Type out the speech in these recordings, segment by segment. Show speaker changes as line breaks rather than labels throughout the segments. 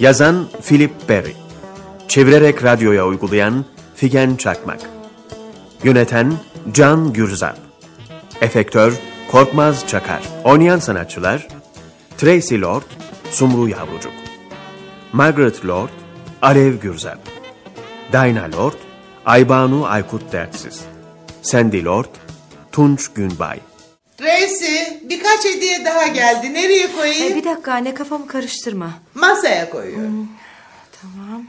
Yazan Philip Berry. Çevirerek radyoya uygulayan Figen Çakmak. Yöneten Can Gürzap. Efektör Korkmaz Çakar. Oynayan sanatçılar Tracy Lord, Sumru Yavrucuk. Margaret Lord, Alev Gürzap. Dayna Lord, Aybanu Aykut Dertsiz. Sandy Lord, Tunç Günbay.
Tracy birkaç hediye daha geldi. Nereye koyayım?
Ay, bir dakika anne kafamı karıştırma. Hmm,
Masaya koyuyorum.
Tamam.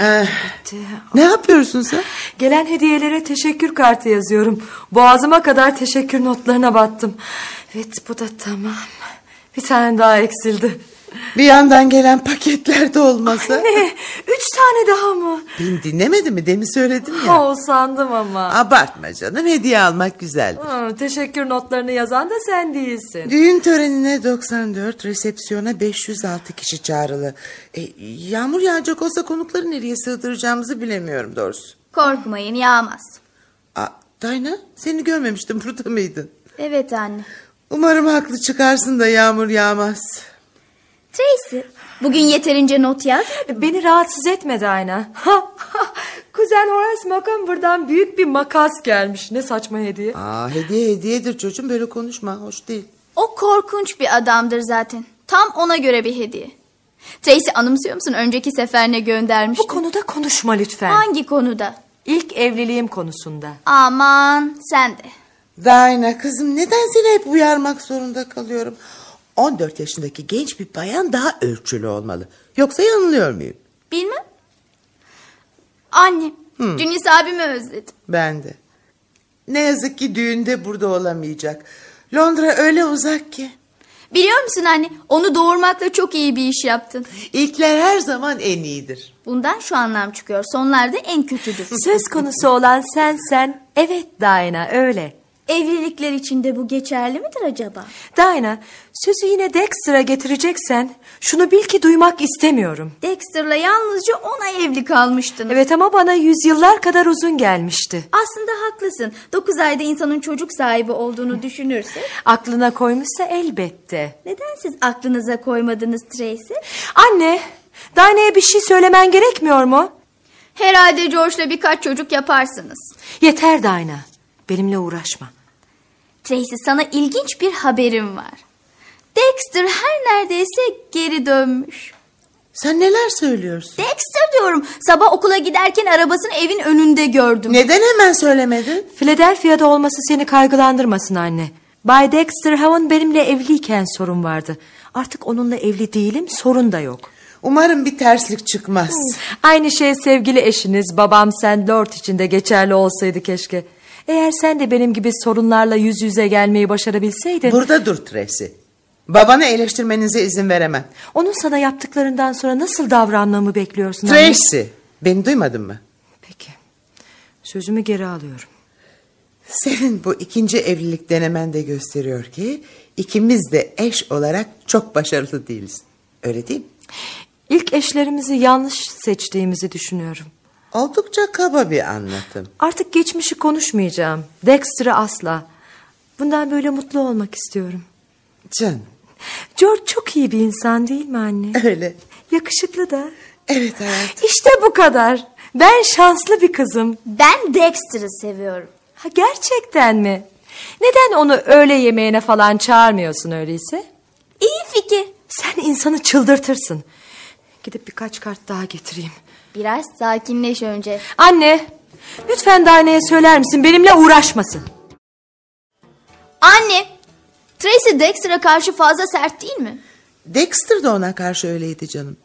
Eh,
Bitti.
ne yapıyorsun sen?
Gelen hediyelere teşekkür kartı yazıyorum. Boğazıma kadar teşekkür notlarına battım. Evet bu da tamam. Bir tane daha eksildi.
Bir yandan gelen paketler de olmasa.
Ne? Üç tane daha mı?
Beni dinlemedi mi? Demin söyledim ya.
Ha, o sandım ama.
Abartma canım hediye almak güzeldir.
Hı, Hmm, teşekkür notlarını yazan da sen değilsin.
Düğün törenine 94, resepsiyona 506 kişi çağrılı. E, yağmur yağacak olsa konukları nereye sığdıracağımızı bilemiyorum doğrusu.
Korkmayın yağmaz.
Aa, Dayna seni görmemiştim burada mıydın?
Evet anne.
Umarım haklı çıkarsın da yağmur yağmaz.
Tracy bugün yeterince not yaz.
Beni rahatsız etmedi ayna. Kuzen Horace Macamber'dan büyük bir makas gelmiş. Ne saçma hediye.
Aa, hediye hediyedir çocuğum böyle konuşma hoş değil.
O korkunç bir adamdır zaten. Tam ona göre bir hediye. Tracy anımsıyor musun önceki seferine göndermişti.
Bu konuda konuşma lütfen.
Hangi konuda?
İlk evliliğim konusunda.
Aman sen de.
Dayna kızım neden seni hep uyarmak zorunda kalıyorum? 14 yaşındaki genç bir bayan daha ölçülü olmalı. Yoksa yanılıyor muyum?
Bilmem. Anne. Dün Yunus abimi özledim.
Ben de. Ne yazık ki düğünde burada olamayacak. Londra öyle uzak ki.
Biliyor musun anne onu doğurmakla çok iyi bir iş yaptın.
İlkler her zaman en iyidir.
Bundan şu anlam çıkıyor. Sonlarda en kötüdür.
Söz konusu olan sen sen. Evet Dayna öyle.
Evlilikler içinde bu geçerli midir acaba?
Dayna sözü yine Dexter'a getireceksen şunu bil ki duymak istemiyorum.
Dexter'la yalnızca ona evli kalmıştınız.
Evet ama bana yüzyıllar kadar uzun gelmişti.
Aslında haklısın. 9 ayda insanın çocuk sahibi olduğunu düşünürse
Aklına koymuşsa elbette.
neden siz aklınıza koymadınız Tracy?
Anne, Dayna'ya bir şey söylemen gerekmiyor mu?
Herhalde George'la birkaç çocuk yaparsınız.
Yeter Dayna. Benimle uğraşma.
Tracy sana ilginç bir haberim var. Dexter her neredeyse geri dönmüş.
Sen neler söylüyorsun?
Dexter diyorum. Sabah okula giderken arabasını evin önünde gördüm.
Neden hemen söylemedin?
Philadelphia'da olması seni kaygılandırmasın anne. Bay Dexter Haven benimle evliyken sorun vardı. Artık onunla evli değilim, sorun da yok.
Umarım bir terslik çıkmaz.
Aynı şey sevgili eşiniz babam sen Lord için de geçerli olsaydı keşke. Eğer sen de benim gibi sorunlarla yüz yüze gelmeyi başarabilseydin...
Burada dur Tracy. Babanı eleştirmenize izin veremem.
...onun sana yaptıklarından sonra nasıl davranmamı bekliyorsun anne?
Tracy, beni duymadın mı?
Peki. Sözümü geri alıyorum.
Senin bu ikinci evlilik denemen de gösteriyor ki ikimiz de eş olarak çok başarılı değiliz. Öyle değil mi?
İlk eşlerimizi yanlış seçtiğimizi düşünüyorum.
Oldukça kaba bir anlatım.
Artık geçmişi konuşmayacağım. Dexter'ı asla. Bundan böyle mutlu olmak istiyorum.
Can,
George çok iyi bir insan değil mi anne?
öyle.
Yakışıklı da.
Evet hayatım.
İşte bu kadar. Ben şanslı bir kızım.
Ben Dexter'ı seviyorum.
Ha, gerçekten mi? Neden onu öğle yemeğine falan çağırmıyorsun öyleyse?
İyi fikir.
Sen insanı çıldırtırsın. Gidip birkaç kart daha getireyim.
Biraz sakinleş önce.
Anne, lütfen Dane'ye söyler misin benimle uğraşmasın?
Anne, Tracy Dexter'a karşı fazla sert değil mi?
Dexter de ona karşı öyleydi canım.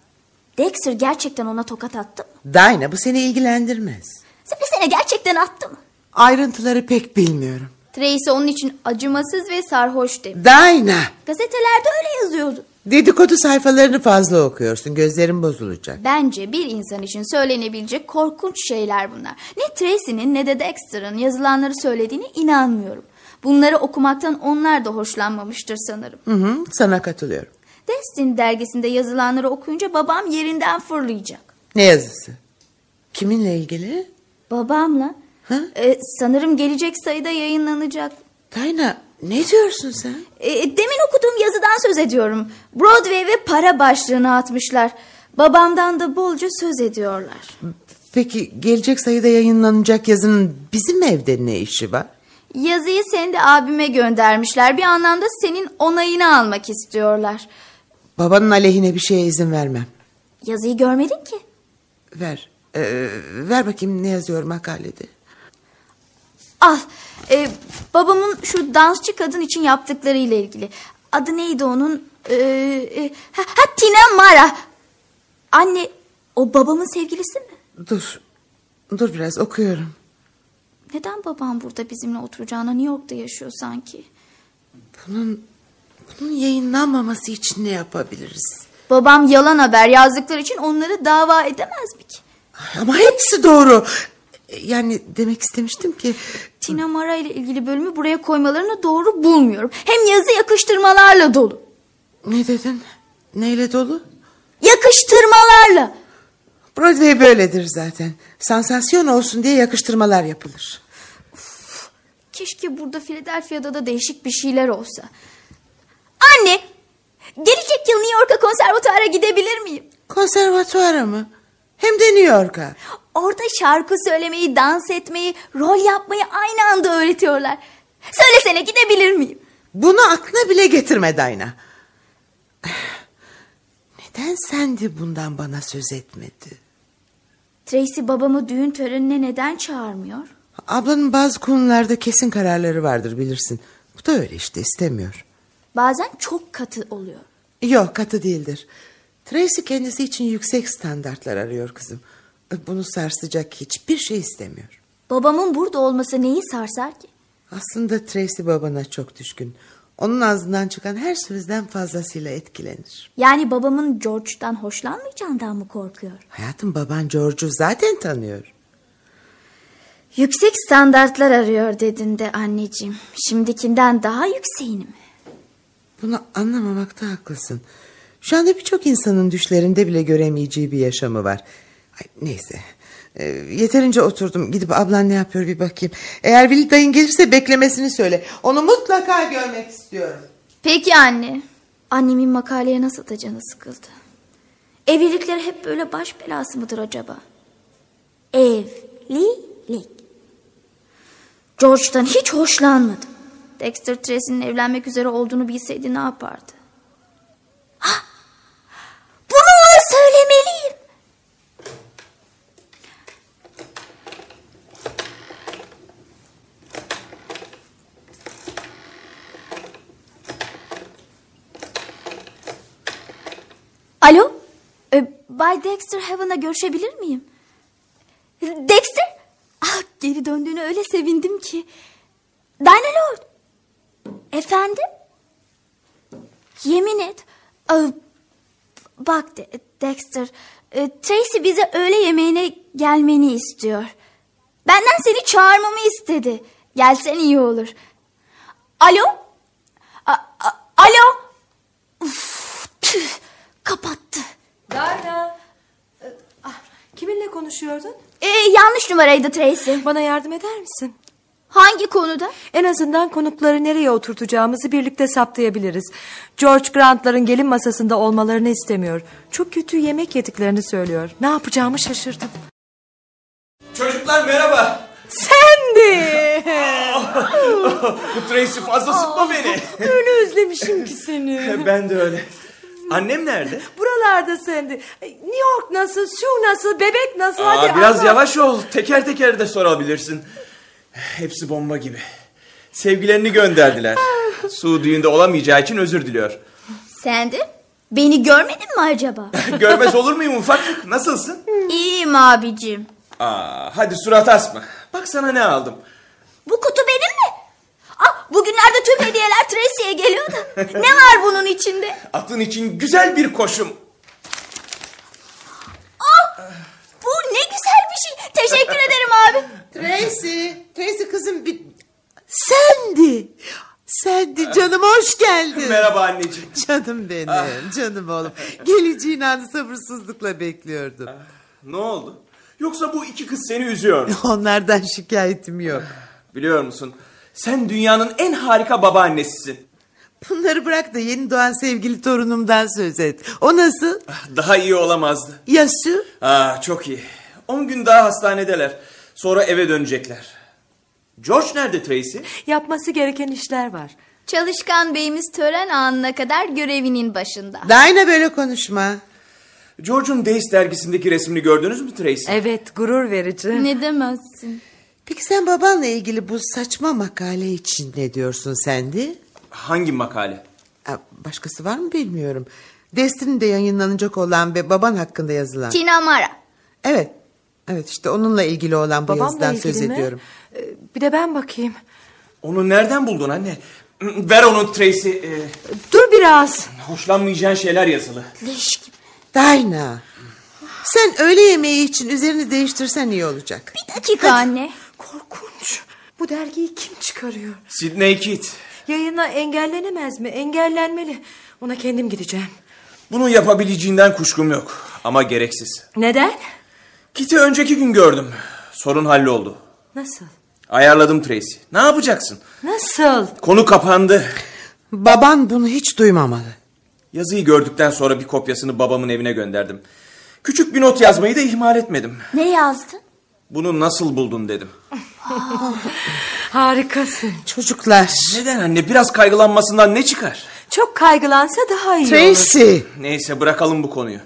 Dexter gerçekten ona tokat attı mı?
Dayna bu seni ilgilendirmez.
Söylesene gerçekten attı mı?
Ayrıntıları pek bilmiyorum.
Tracy onun için acımasız ve sarhoş demiş.
Dayna,
Gazetelerde öyle yazıyordu.
dedikodu sayfalarını fazla okuyorsun. Gözlerin bozulacak.
Bence bir insan için söylenebilecek korkunç şeyler bunlar. Ne Tracy'nin ne de Dexter'ın yazılanları söylediğine inanmıyorum. Bunları okumaktan onlar da hoşlanmamıştır sanırım.
Hı hı, sana katılıyorum.
Destin dergisinde yazılanları okuyunca babam yerinden fırlayacak.
Ne yazısı? Kiminle ilgili?
Babamla?
Ha?
e, sanırım gelecek sayıda yayınlanacak.
Dayna, Ne diyorsun sen?
E, demin okuduğum yazıdan söz ediyorum. Broadway ve para başlığını atmışlar. Babamdan da bolca söz ediyorlar.
Peki gelecek sayıda yayınlanacak yazının bizim evde ne işi var?
Yazıyı sen de abime göndermişler. Bir anlamda senin onayını almak istiyorlar.
Babanın aleyhine bir şeye izin vermem.
Yazıyı görmedin ki.
Ver. Ee, ver bakayım ne yazıyor makalede.
Al. e, babamın şu dansçı kadın için yaptıklarıyla ilgili. Adı neydi onun? E, e, ha, ha, Tina Mara. Anne o babamın sevgilisi mi?
Dur. Dur biraz okuyorum.
Neden babam burada bizimle oturacağına New York'ta yaşıyor sanki?
Bunun bunun yayınlanmaması için ne yapabiliriz?
Babam yalan haber yazdıkları için onları dava edemez mi ki?
Ay, Ama hepsi doğru. Yani demek istemiştim ki
Tina Mara ile ilgili bölümü buraya koymalarını doğru bulmuyorum. Hem yazı yakıştırmalarla dolu.
ne dedin? Neyle dolu?
Yakıştırmalarla.
Broadway böyledir zaten. Sansasyon olsun diye yakıştırmalar yapılır.
Keşke burada Philadelphia'da da değişik bir şeyler olsa. Anne, gelecek yıl New York'a konservatuara gidebilir miyim?
Konservatuara mı? Hem de New York'a.
Orada şarkı söylemeyi, dans etmeyi, rol yapmayı aynı anda öğretiyorlar. Söylesene gidebilir miyim?
Bunu aklına bile getirme Dayna. Neden sen de bundan bana söz etmedi?
Tracy babamı düğün törenine neden çağırmıyor?
Ablanın bazı konularda kesin kararları vardır bilirsin. Bu da öyle işte istemiyor.
Bazen çok katı oluyor.
Yok katı değildir. Tracy kendisi için yüksek standartlar arıyor kızım. Bunu sarsacak hiçbir şey istemiyor.
Babamın burada olması neyi sarsar ki?
Aslında Tracy babana çok düşkün. Onun ağzından çıkan her sözden fazlasıyla etkilenir.
Yani babamın George'dan hoşlanmayacağından mı korkuyor?
Hayatım baban George'u zaten tanıyor.
Yüksek standartlar arıyor dedin de anneciğim. Şimdikinden daha yükseğini mi?
Bunu anlamamakta haklısın. Şu anda birçok insanın düşlerinde bile göremeyeceği bir yaşamı var. Ay, neyse. Ee, yeterince oturdum. Gidip ablan ne yapıyor bir bakayım. Eğer Vili dayın gelirse beklemesini söyle. Onu mutlaka görmek istiyorum.
Peki anne. Annemin makaleye nasıl da canı sıkıldı. Evlilikler hep böyle baş belası mıdır acaba? Evlilik. George'dan hiç hoşlanmadım. Dexter Tracy'nin evlenmek üzere olduğunu bilseydi ne yapardı? Ah! Bunu ona söylemeliyim. Alo? Ee, Bay Dexter Heaven'a görüşebilir miyim? Dexter? Ah, geri döndüğüne öyle sevindim ki. Dinah Lord. Efendim? Yemin et. Ee, bak De- Dexter. e, Tracy bize öğle yemeğine gelmeni istiyor. Benden seni çağırmamı istedi. Gelsen iyi olur. Alo? A- a- Alo? Uf, tüh, kapattı.
Dayna. Ee, ah, Kiminle konuşuyordun?
Ee, yanlış numaraydı Tracy.
Bana yardım eder misin?
Hangi konuda?
En azından konukları nereye oturtacağımızı birlikte saptayabiliriz. George Grant'ların gelin masasında olmalarını istemiyor. Çok kötü yemek yediklerini söylüyor. Ne yapacağımı şaşırdım.
Çocuklar merhaba.
Sendi!
Bu Tracy fazla sıkma beni.
Öyle özlemişim ki seni.
ben de öyle. Annem nerede?
Buralarda sendi. New York nasıl, şu nasıl, bebek nasıl?
Aa,
Hadi
biraz
anlat.
yavaş ol. Teker teker de sorabilirsin. Hepsi bomba gibi. Sevgilerini gönderdiler. Su düğünde olamayacağı için özür diliyor.
Sen de? Beni görmedin mi acaba?
Görmez olur muyum ufaklık? Nasılsın?
İyiyim abicim.
Aa, hadi surat asma. Bak sana ne aldım.
Bu kutu benim mi? Ah, bugünlerde tüm hediyeler Tracy'ye geliyor da. Ne var bunun içinde?
Atın için güzel bir koşum.
Ah, bu ne güzel bir şey. Teşekkür ederim abi.
Tracy, Tracy kızım bir... Sendi. Sendi canım hoş geldin.
Merhaba anneciğim.
Canım benim, canım oğlum. Geleceğini anı sabırsızlıkla bekliyordum.
Ne oldu? Yoksa bu iki kız seni üzüyor mu?
Onlardan şikayetim yok.
Biliyor musun? Sen dünyanın en harika babaannesisin.
Bunları bırak da yeni doğan sevgili torunumdan söz et. O nasıl?
Daha iyi olamazdı.
Yaşı?
Ah çok iyi. 10 gün daha hastanedeler. Sonra eve dönecekler. George nerede Tracy?
Yapması gereken işler var.
Çalışkan beyimiz tören anına kadar görevinin başında.
Daha yine böyle konuşma.
George'un Days dergisindeki resmini gördünüz mü Tracy?
Evet gurur verici.
Ne demezsin?
Peki sen babanla ilgili bu saçma makale için ne diyorsun Sandy?
Hangi makale?
Ha, Başkası var mı bilmiyorum. Destin'de yayınlanacak olan ve baban hakkında yazılan.
Tina Mara.
Evet. Evet işte onunla ilgili olan bu
Babamla
yazıdan
ilgili
söz
mi?
ediyorum.
Ee, Bir de ben bakayım.
Onu nereden buldun anne? Ver onu Tracy. Ee,
Dur biraz.
hoşlanmayacağın şeyler yazılı.
Leş gibi.
Dayna. Sen öğle yemeği için üzerini değiştirsen iyi olacak.
Bir dakika anne.
Korkunç. Bu dergiyi kim çıkarıyor?
Sidney Kid.
Yayına engellenemez mi? Engellenmeli. Ona kendim gideceğim.
Bunu yapabileceğinden kuşkum yok. Ama gereksiz.
Neden?
Kit'i önceki gün gördüm. Sorun halloldu.
Nasıl?
Ayarladım Tracy. Ne yapacaksın?
Nasıl?
Konu kapandı.
Baban bunu hiç duymamalı.
Yazıyı gördükten sonra bir kopyasını babamın evine gönderdim. Küçük bir not yazmayı da ihmal etmedim.
Ne yazdın?
Bunu nasıl buldun dedim.
Harikasın.
Çocuklar.
Neden anne biraz kaygılanmasından ne çıkar?
Çok kaygılansa daha iyi olur.
Tracy.
Neyse bırakalım bu konuyu.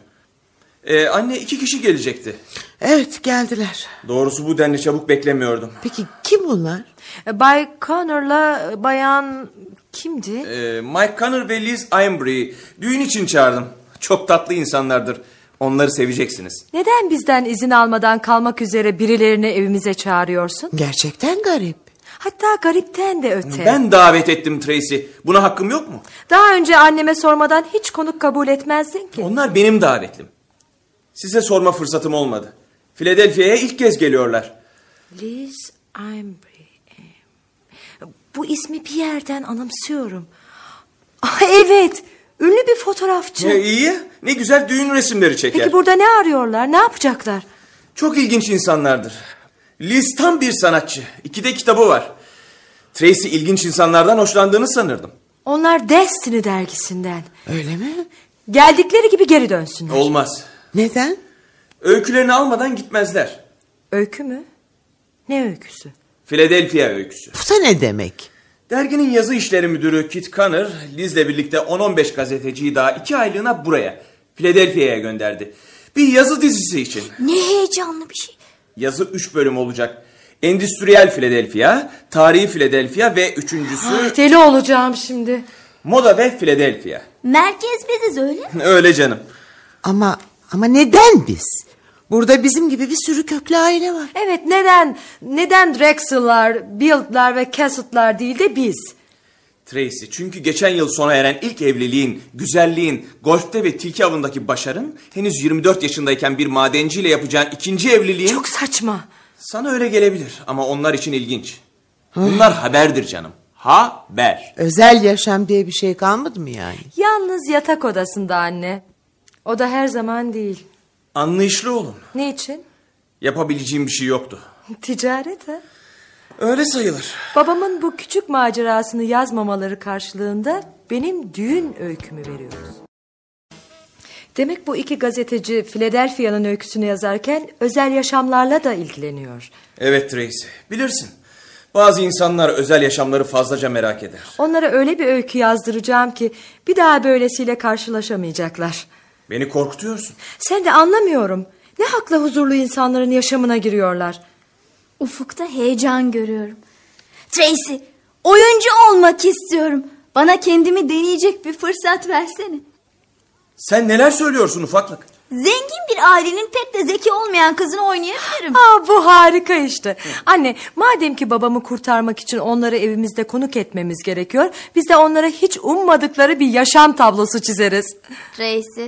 Ee, anne iki kişi gelecekti.
Evet geldiler.
Doğrusu bu denli çabuk beklemiyordum.
Peki kim bunlar?
E, Bay Connor'la e, bayan kimdi?
Ee, Mike Connor ve Liz Imbre'yi düğün için çağırdım. Çok tatlı insanlardır. Onları seveceksiniz.
Neden bizden izin almadan kalmak üzere birilerini evimize çağırıyorsun?
Gerçekten garip.
Hatta garipten de öte.
Ben davet ettim Tracy. Buna hakkım yok mu?
Daha önce anneme sormadan hiç konuk kabul etmezdin ki.
Onlar benim davetlim. Size sorma fırsatım olmadı. Philadelphia'ya ilk kez geliyorlar.
Liz Imbri. Bu ismi bir yerden anımsıyorum. Ah, evet, ünlü bir fotoğrafçı.
Ne iyi, ne güzel düğün resimleri çeker.
Peki burada ne arıyorlar, ne yapacaklar?
Çok ilginç insanlardır. Liz tam bir sanatçı. İki de kitabı var. Tracy ilginç insanlardan hoşlandığını sanırdım.
Onlar Destiny dergisinden.
Öyle mi?
Geldikleri gibi geri dönsünler.
Olmaz.
Neden?
Öykülerini almadan gitmezler.
Öykü mü? Ne öyküsü?
Philadelphia öyküsü.
Bu da ne demek?
Derginin yazı işleri müdürü Kit Connor, Liz'le birlikte 10-15 gazeteciyi daha iki aylığına buraya, Philadelphia'ya gönderdi. Bir yazı dizisi için.
Ne heyecanlı bir şey.
Yazı 3 bölüm olacak. Endüstriyel Philadelphia, Tarihi Philadelphia ve üçüncüsü
Ah, deli olacağım şimdi.
Moda ve Philadelphia.
Merkez biziz öyle mi?
Öyle canım.
Ama ama neden biz? Burada bizim gibi bir sürü köklü aile var.
Evet neden neden Drexel'lar, Build'lar ve Cassett'lar değil de biz?
Tracy çünkü geçen yıl sona eren ilk evliliğin, güzelliğin, golfte ve tilki avındaki başarın, henüz 24 yaşındayken bir madenciyle yapacağın ikinci evliliğin...
Çok saçma.
Sana öyle gelebilir ama onlar için ilginç. Bunlar haberdir canım. Haber.
Özel yaşam diye bir şey kalmadı mı yani?
Yalnız yatak odasında anne. O da her zaman değil.
Anlayışlı olun.
Niçin?
Yapabileceğim bir şey yoktu.
Ticaret ha?
Öyle sayılır.
Babamın bu küçük macerasını yazmamaları karşılığında benim düğün öykümü veriyoruz. Demek bu iki gazeteci Philadelphia'nın öyküsünü yazarken özel yaşamlarla da ilgileniyor.
Evet Tracy. Bilirsin. Bazı insanlar özel yaşamları fazlaca merak eder.
Onlara öyle bir öykü yazdıracağım ki bir daha böylesiyle karşılaşamayacaklar.
Beni korkutuyorsun.
Sen de anlamıyorum. Ne hakla huzurlu insanların yaşamına giriyorlar?
Ufukta heyecan görüyorum. Tracy, oyuncu olmak istiyorum. Bana kendimi deneyecek bir fırsat versene.
Sen neler söylüyorsun ufaklık?
Zengin bir ailenin pek de zeki olmayan kızını oynayabilirim.
Aa bu harika işte. Anne madem ki babamı kurtarmak için onları evimizde konuk etmemiz gerekiyor. Biz de onlara hiç ummadıkları bir yaşam tablosu çizeriz.
Tracy,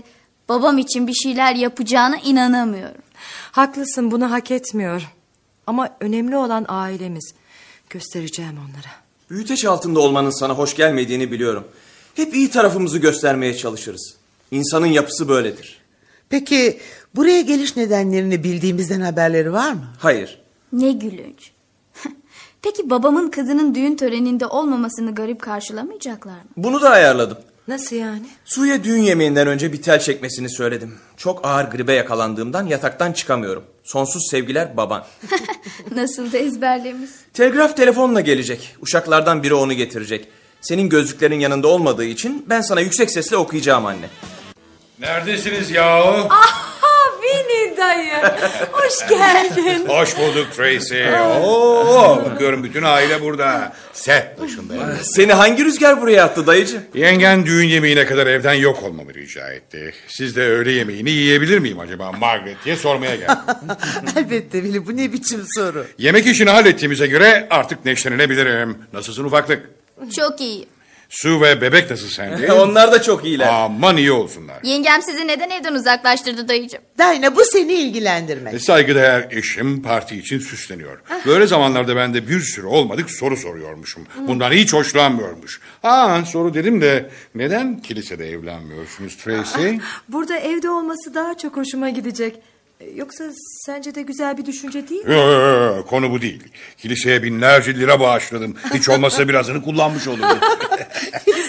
babam için bir şeyler yapacağına inanamıyorum.
Haklısın bunu hak etmiyor. Ama önemli olan ailemiz. Göstereceğim onlara.
Büyüteç altında olmanın sana hoş gelmediğini biliyorum. Hep iyi tarafımızı göstermeye çalışırız. İnsanın yapısı böyledir.
Peki buraya geliş nedenlerini bildiğimizden haberleri var mı?
Hayır.
Ne gülünç. Peki babamın kızının düğün töreninde olmamasını garip karşılamayacaklar mı?
Bunu da ayarladım.
Nasıl yani?
Suya düğün yemeğinden önce bir tel çekmesini söyledim. Çok ağır gribe yakalandığımdan yataktan çıkamıyorum. Sonsuz sevgiler baban.
Nasıl da ezberlemiş.
Telgraf telefonla gelecek. Uşaklardan biri onu getirecek. Senin gözlüklerin yanında olmadığı için ben sana yüksek sesle okuyacağım anne.
Neredesiniz yahu?
Aha Winnie dayı. Hoş geldin.
Hoş bulduk Tracy. Oo, bakıyorum bütün aile burada. Set dışında. yani.
Ah, Seni hangi rüzgar buraya attı dayıcı?
Yengen düğün yemeğine kadar evden yok olmamı rica etti. Siz de öğle yemeğini yiyebilir miyim acaba Margaret diye sormaya geldim.
Elbette Vili bu ne biçim soru.
Yemek işini hallettiğimize göre artık neşelenebilirim. Nasılsın ufaklık?
Çok iyi.
Su ve bebek nasıl sende?
Onlar da çok iyiler.
Aman iyi olsunlar.
Yengem sizi neden evden uzaklaştırdı dayıcım?
Dayna bu seni ilgilendirmez.
E, Saygıdeğer eşim parti için süsleniyor. Böyle zamanlarda ben de bir sürü olmadık soru soruyormuşum. Bundan hiç hoşlanmıyormuş. Aa soru dedim de neden kilisede evlenmiyorsunuz Tracy?
Ah. Burada evde olması daha çok hoşuma gidecek. Yoksa sence de güzel bir düşünce değil mi?
Yo, yo, yo, yo, konu bu değil. Kiliseye binlerce lira bağışladım. Hiç olmazsa birazını kullanmış olurum.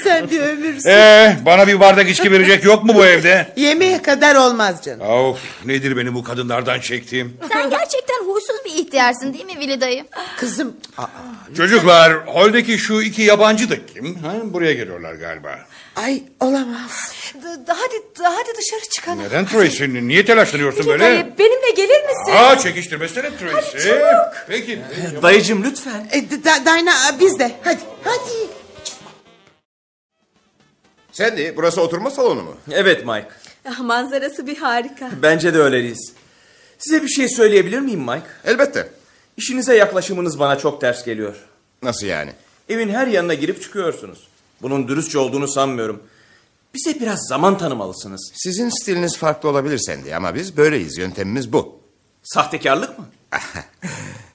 Sen bir ömürsün.
Ee, bana bir bardak içki verecek yok mu bu evde?
Yemeğe kadar olmaz canım.
Of nedir benim bu kadınlardan çektiğim?
Sen gerçekten huysuz bir ihtiyarsın değil mi Vili dayı?
Kızım a-
Çocuklar holdeki şu iki yabancı da kim? Ha, buraya geliyorlar galiba.
ay olamaz.
D- d- hadi d- hadi dışarı çıkalım.
Neden Tracy? Niye telaşlanıyorsun
Winnie
böyle?
dayı benimle gelir misin?
Aa çekiştirmesene Tracy. Peki.
Ee, Dayıcım lütfen.
E, D- Da- Dayna biz de hadi hadi.
Sandy E, burası oturma salonu mu?
Evet Mike.
Ah, Manzarası bir harika.
Bence de öyleyiz. Size bir şey söyleyebilir miyim Mike?
Elbette.
İşinize yaklaşımınız bana çok ters geliyor.
Nasıl yani?
Evin her yanına girip çıkıyorsunuz. Bunun dürüstçe olduğunu sanmıyorum. Bize biraz zaman tanımalısınız.
Sizin stiliniz farklı olabilir Sandy ama biz böyleyiz. Yöntemimiz bu.
Sahtekarlık mı?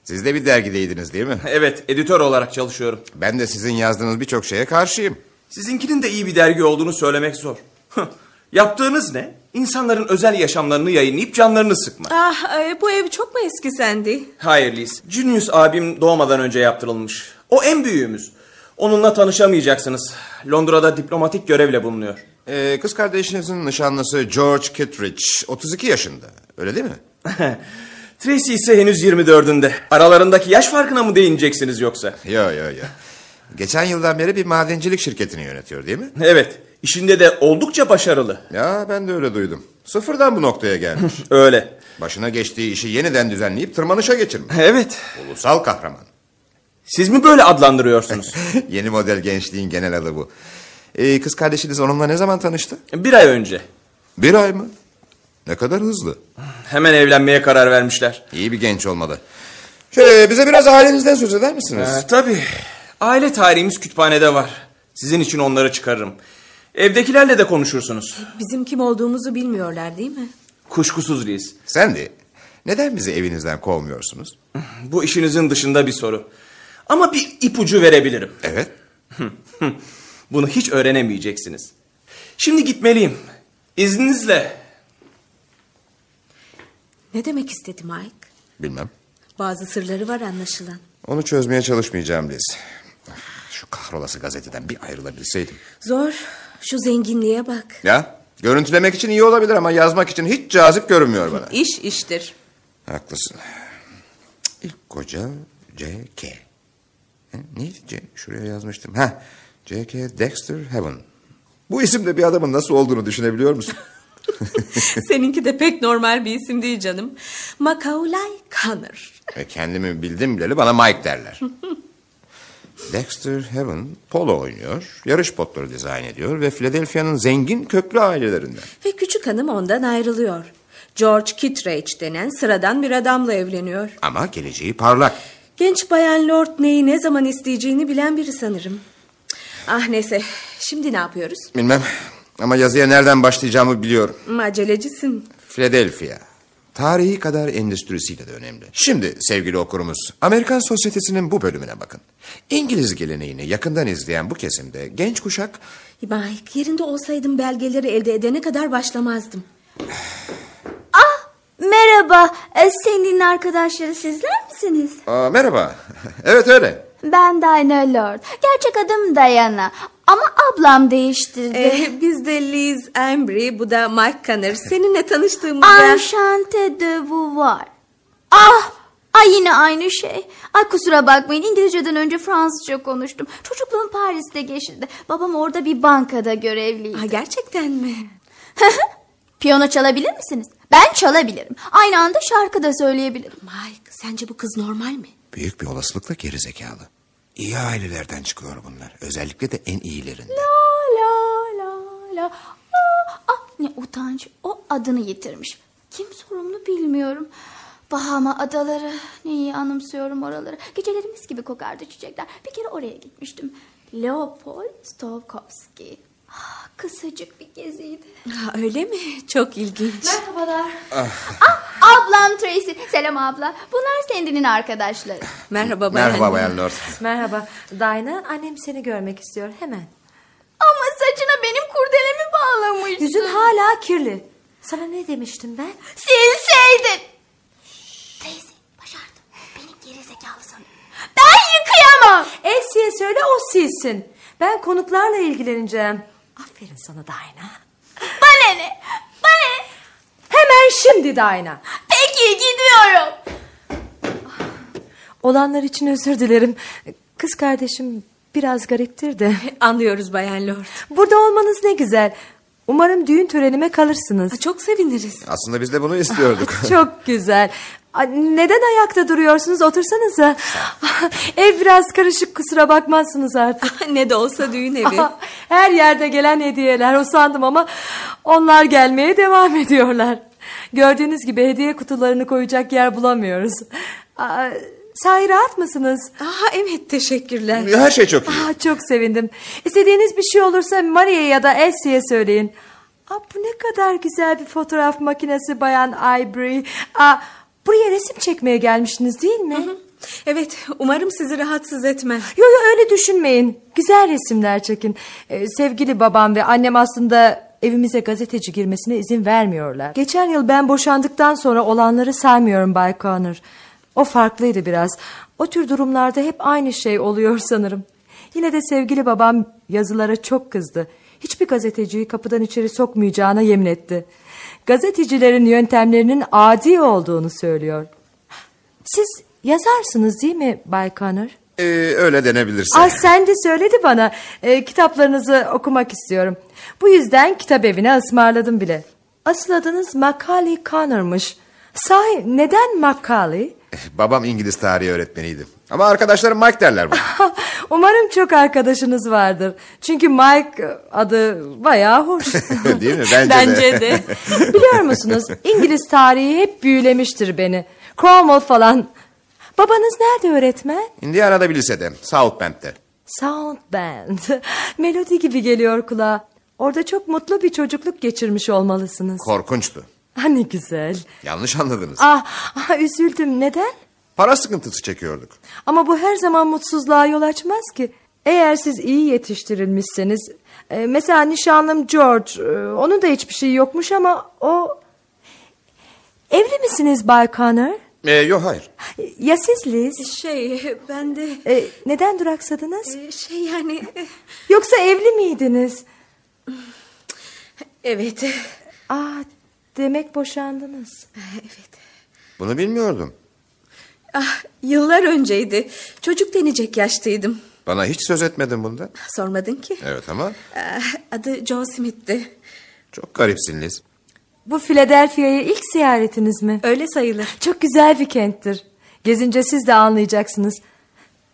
Siz de bir dergideydiniz değil mi?
Evet, editör olarak çalışıyorum.
Ben de sizin yazdığınız birçok şeye karşıyım.
Sizinkinin de iyi bir dergi olduğunu söylemek zor. Yaptığınız ne? İnsanların özel yaşamlarını yayınlayıp canlarını sıkma.
Ah, e, bu ev çok mu eski sendi?
Hayır Liz. Junius abim doğmadan önce yaptırılmış. O en büyüğümüz. Onunla tanışamayacaksınız. Londra'da diplomatik görevle bulunuyor.
Ee, kız kardeşinizin nişanlısı George Kittredge 32 yaşında. Öyle değil mi?
Tracy ise henüz 24'ünde. Aralarındaki yaş farkına mı değineceksiniz yoksa?
Yo yo yo. Geçen yıldan beri bir madencilik şirketini yönetiyor değil mi?
Evet, işinde de oldukça başarılı.
Ya ben de öyle duydum. Sıfırdan bu noktaya gelmiş.
Öyle.
Başına geçtiği işi yeniden düzenleyip tırmanışa geçirmiş.
Evet.
Ulusal kahraman.
Siz mi böyle adlandırıyorsunuz?
Yeni model gençliğin genel adı bu. Ee, kız kardeşiniz onunla ne zaman tanıştı?
bir ay önce.
Bir ay mı? Ne kadar hızlı.
Hemen evlenmeye karar vermişler.
İyi bir genç olmalı. Şöyle bize biraz ailenizden söz eder misiniz?
Ee, tabii. Aile tarihimiz kütüphanede var. Sizin için onları çıkarırım. Evdekilerle de konuşursunuz.
Bizim kim olduğumuzu bilmiyorlar değil mi?
Kuşkusuz Liz.
Sen de neden bizi evinizden kovmuyorsunuz?
Bu işinizin dışında bir soru. Ama bir ipucu verebilirim.
Evet.
Bunu hiç öğrenemeyeceksiniz. Şimdi gitmeliyim. İzninizle.
Ne demek istedi Mike?
Bilmem.
Bazı sırları var anlaşılan.
Onu çözmeye çalışmayacağım Liz. Şu kahrolası gazeteden bir ayrılabilseydim.
Zor. Şu zenginliğe bak.
Ya görüntülemek için iyi olabilir ama yazmak için hiç cazip görünmüyor bana.
İş iştir.
Haklısın. İlk koca C.K. Ha, Neydi C? Şuraya yazmıştım. Ha, C.K. Dexter Heaven. Bu isimde bir adamın nasıl olduğunu düşünebiliyor musun?
Seninki de pek normal bir isim değil canım. Macaulay Connor.
Ve E, kendimi bildim bileli bana Mike derler. Dexter Heaven polo oynuyor, yarış potları dizayn ediyor ve Philadelphia'nın zengin köklü ailelerinden.
Ve küçük hanım ondan ayrılıyor. George Kittredge denen sıradan bir adamla evleniyor.
Ama geleceği parlak.
Genç bayan Lord neyi ne zaman isteyeceğini bilen biri sanırım. Ah neyse şimdi ne yapıyoruz?
Bilmem ama yazıya nereden başlayacağımı biliyorum.
Acelecisin.
Philadelphia. Tarihi kadar endüstrisiyle de önemli. Şimdi sevgili okurumuz, Amerikan sosyetesinin bu bölümüne bakın. İngiliz geleneğini yakından izleyen bu kesimde genç kuşak...
Mike yerinde olsaydım belgeleri elde edene kadar başlamazdım.
Merhaba Merhaba, e, senin arkadaşları sizler misiniz?
Aa, merhaba. evet öyle.
Ben Dinah Lord. Gerçek adım Diana. Ama ablam değiştirdi.
Ee, biz de Liz Embry, bu da Mike Connor. Seninle tanıştığımızda...
Enchante de Beauvoir. Ah! Ay yine aynı şey. Ay kusura bakmayın İngilizceden önce Fransızca konuştum. Çocukluğum Paris'te geçirdi. Babam orada bir bankada görevliydi.
Aa, gerçekten mi?
Piyano çalabilir misiniz? Ben çalabilirim. Aynı anda şarkı da söyleyebilirim.
Mike, sence bu kız normal mi?
Büyük bir olasılıkla geri zekalı. İyi ailelerden çıkıyor bunlar. Özellikle de en iyilerinde.
La la la la. Aa, ah, ne utanç. O adını yitirmiş. Kim sorumlu bilmiyorum. Bahama adaları. Ne iyi anımsıyorum oraları. Geceleri mis gibi kokardı çiçekler. Bir kere oraya gitmiştim. Leopold Stokowski. Ah, kısacık bir geziydi.
Aa, öyle mi? Çok ilginç.
Merhabalar. Ah, ablam Tracy. Selam abla. Bunlar Sandy'nin arkadaşları.
Merhaba bayan.
Merhaba Bayan Lord.
Merhaba. Dayna annem seni görmek istiyor hemen.
Ama saçına benim kurdelemi bağlamışsın.
Yüzün hala kirli. Sana ne demiştim ben?
Silseydin. Teyze başardım. Beni geri zekalı sanıyorum. Ben yıkayamam.
Evsiye söyle o silsin. Ben konuklarla ilgileneceğim. Aferin sana Dayna.
Bana ne? Bana ne?
Hemen şimdi Dayna.
Peki gidiyorum.
Olanlar için özür dilerim. Kız kardeşim biraz gariptir de.
Anlıyoruz bayan Lord.
Burada olmanız ne güzel. Umarım düğün törenime kalırsınız.
Aa, çok seviniriz.
Aslında biz de bunu istiyorduk.
Çok güzel. Aa, Neden ayakta duruyorsunuz? Otursanıza. Ev biraz karışık kusura bakmazsınız artık.
ne de olsa düğün evi.
Her yerde gelen hediyeler o sandım ama onlar gelmeye devam ediyorlar. Gördüğünüz gibi hediye kutularını koyacak yer bulamıyoruz. Aa, Sahi rahat mısınız?
Aa, evet teşekkürler.
Her şey çok iyi.
Aa, çok sevindim. İstediğiniz bir şey olursa Maria ya da Elsie'ye söyleyin. Aa, bu ne kadar güzel bir fotoğraf makinesi bayan Ivory. Aa, buraya resim çekmeye gelmişsiniz değil mi?
Evet umarım sizi rahatsız etmez.
Yo yo öyle düşünmeyin. Güzel resimler çekin. Ee, sevgili babam ve annem aslında evimize gazeteci girmesine izin vermiyorlar. Geçen yıl ben boşandıktan sonra olanları saymıyorum Bay Connor. O farklıydı biraz. O tür durumlarda hep aynı şey oluyor sanırım. Yine de sevgili babam yazılara çok kızdı. Hiçbir gazeteciyi kapıdan içeri sokmayacağına yemin etti. Gazetecilerin yöntemlerinin adi olduğunu söylüyor. Siz yazarsınız değil mi Bay Connor?
Ee, öyle denebilirse.
Ay sen de söyledi bana. Ee, kitaplarınızı okumak istiyorum. Bu yüzden kitap evine ısmarladım bile. Asıl adınız Macaulay Connor'mış. Sahi neden Macaulay?
Babam İngiliz tarihi öğretmeniydi. Ama arkadaşlarım Mike derler bana.
Umarım çok arkadaşınız vardır. Çünkü Mike e, adı bayağı hoş.
Değil mi? Bence de.
Biliyor musunuz İngiliz tarihi hep büyülemiştir beni. Cromwell falan. Babanız nerede öğretmen?
Indiana'da bir lisede. South Bend'de.
Sound Band. Melodi gibi geliyor kulağa. Orada çok mutlu bir çocukluk geçirmiş olmalısınız.
Korkunçtu.
Ha ne güzel.
Yanlış anladınız.
Ah, ah üzüldüm. Neden?
Para sıkıntısı çekiyorduk.
Ama bu her zaman mutsuzluğa yol açmaz ki. Eğer siz iyi yetiştirilmişseniz... e, mesela nişanlım George... e, onun da hiçbir şey yokmuş ama o... Evli misiniz Bay Connor?
Ee, yok hayır.
Ya siz Liz?
Şey ben de
E, neden duraksadınız?
e, şey yani e,
Yoksa evli miydiniz?
evet e,
Ah, demek boşandınız.
evet.
Bunu bilmiyordum.
Ah, yıllar önceydi. Çocuk denecek yaştaydım.
Bana hiç söz etmedin bundan.
Sormadın ki.
Evet ama
Ah, Adı John Smith'ti.
çok garipsin Liz.
Bu Philadelphia'ya ilk ziyaretiniz mi?
Öyle sayılır.
Çok güzel bir kenttir. Gezince siz de anlayacaksınız.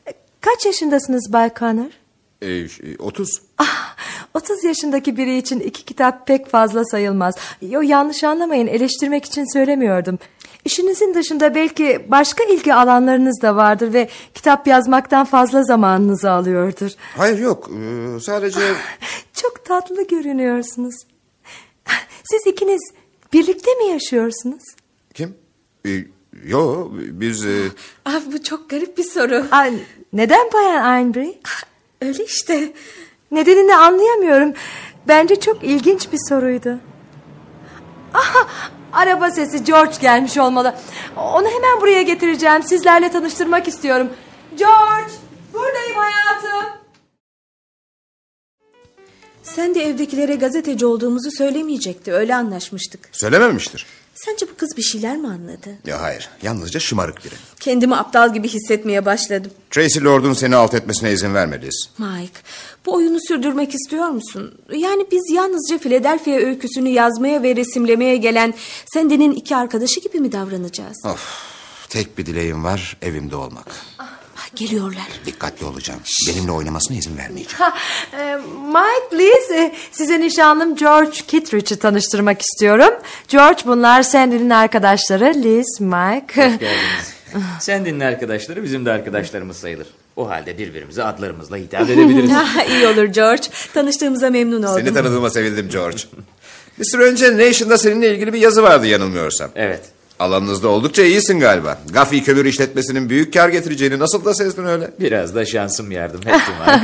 E, Kaç yaşındasınız Bay Connor?
Ee, ş- 30.
Ah, 30 yaşındaki biri için iki kitap pek fazla sayılmaz. Yo, yanlış anlamayın eleştirmek için söylemiyordum. İşinizin dışında belki başka ilgi alanlarınız da vardır ve kitap yazmaktan fazla zamanınızı alıyordur.
Hayır yok. Ee, sadece
Çok tatlı görünüyorsunuz. Siz ikiniz birlikte mi yaşıyorsunuz?
kim? Ee, yo biz e,
Ah, bu çok garip bir soru. Ah,
Aa, neden Bayan Ainbury?
Öyle işte.
Nedenini anlayamıyorum. Bence çok ilginç bir soruydu. Aha, Araba sesi George gelmiş olmalı. Onu hemen buraya getireceğim. Sizlerle tanıştırmak istiyorum. George, buradayım hayatım.
Sen de evdekilere gazeteci olduğumuzu söylemeyecekti. Öyle anlaşmıştık.
Söylememiştir.
Sence bu kız bir şeyler mi anladı?
Ya hayır. Yalnızca şımarık biri.
Kendimi aptal gibi hissetmeye başladım.
Tracy Lord'un seni alt etmesine izin vermeliyiz.
Mike, bu oyunu sürdürmek istiyor musun? Yani biz yalnızca Philadelphia öyküsünü yazmaya ve resimlemeye gelen Sandy'nin iki arkadaşı gibi mi davranacağız?
Of. Tek bir dileğim var evimde olmak.
Bak, Ah, Geliyorlar.
Dikkatli olacağım. Benimle oynamasına izin vermeyeceğim.
Ha, e, Mike Liz, e, size nişanlım George Kittredge'i tanıştırmak istiyorum. George bunlar Sandy'nin arkadaşları. Liz, Mike.
geldiniz. Sendin'in arkadaşları bizim de arkadaşlarımız sayılır. O halde birbirimize adlarımızla hitap edebiliriz.
Ah, iyi olur George. Tanıştığımıza memnun oldum.
Seni tanıdığıma sevindim George. Bir süre önce Nation'da seninle ilgili bir yazı vardı yanılmıyorsam.
evet.
Alanınızda oldukça iyisin galiba. Gafi kömür işletmesinin büyük kar getireceğini nasıl da sezdin öyle?
Biraz da şansım yardım etti var.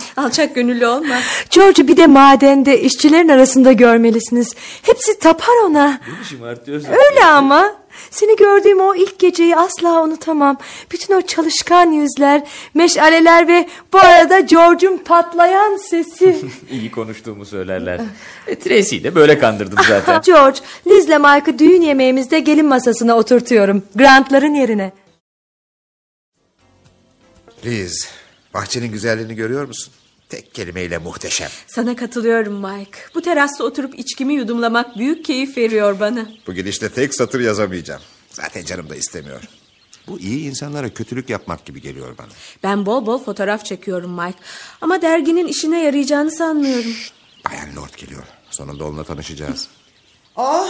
Alçak gönüllü olma.
George'u bir de madende işçilerin arasında görmelisiniz. Hepsi tapar ona.
Şımartıyorsun.
Öyle ama. Seni gördüğüm o ilk geceyi asla unutamam. Bütün o çalışkan yüzler, meşaleler ve bu arada George'un patlayan sesi.
İyi konuştuğumu söylerler. E, Tracy'yi de böyle kandırdım zaten.
George, Liz'le Mike'ı düğün yemeğimizde gelin masasına oturtuyorum. Grant'ların yerine.
Liz, bahçenin güzelliğini görüyor musun? Tek kelimeyle muhteşem.
Sana katılıyorum Mike. Bu terasta oturup içkimi yudumlamak büyük keyif veriyor bana.
Bu gidişle tek satır yazamayacağım. Zaten canım da istemiyor. Bu iyi insanlara kötülük yapmak gibi geliyor bana.
Ben bol bol fotoğraf çekiyorum Mike. Ama derginin işine yarayacağını sanmıyorum.
Bayan Lord geliyor. Sonunda onunla tanışacağız.
Oh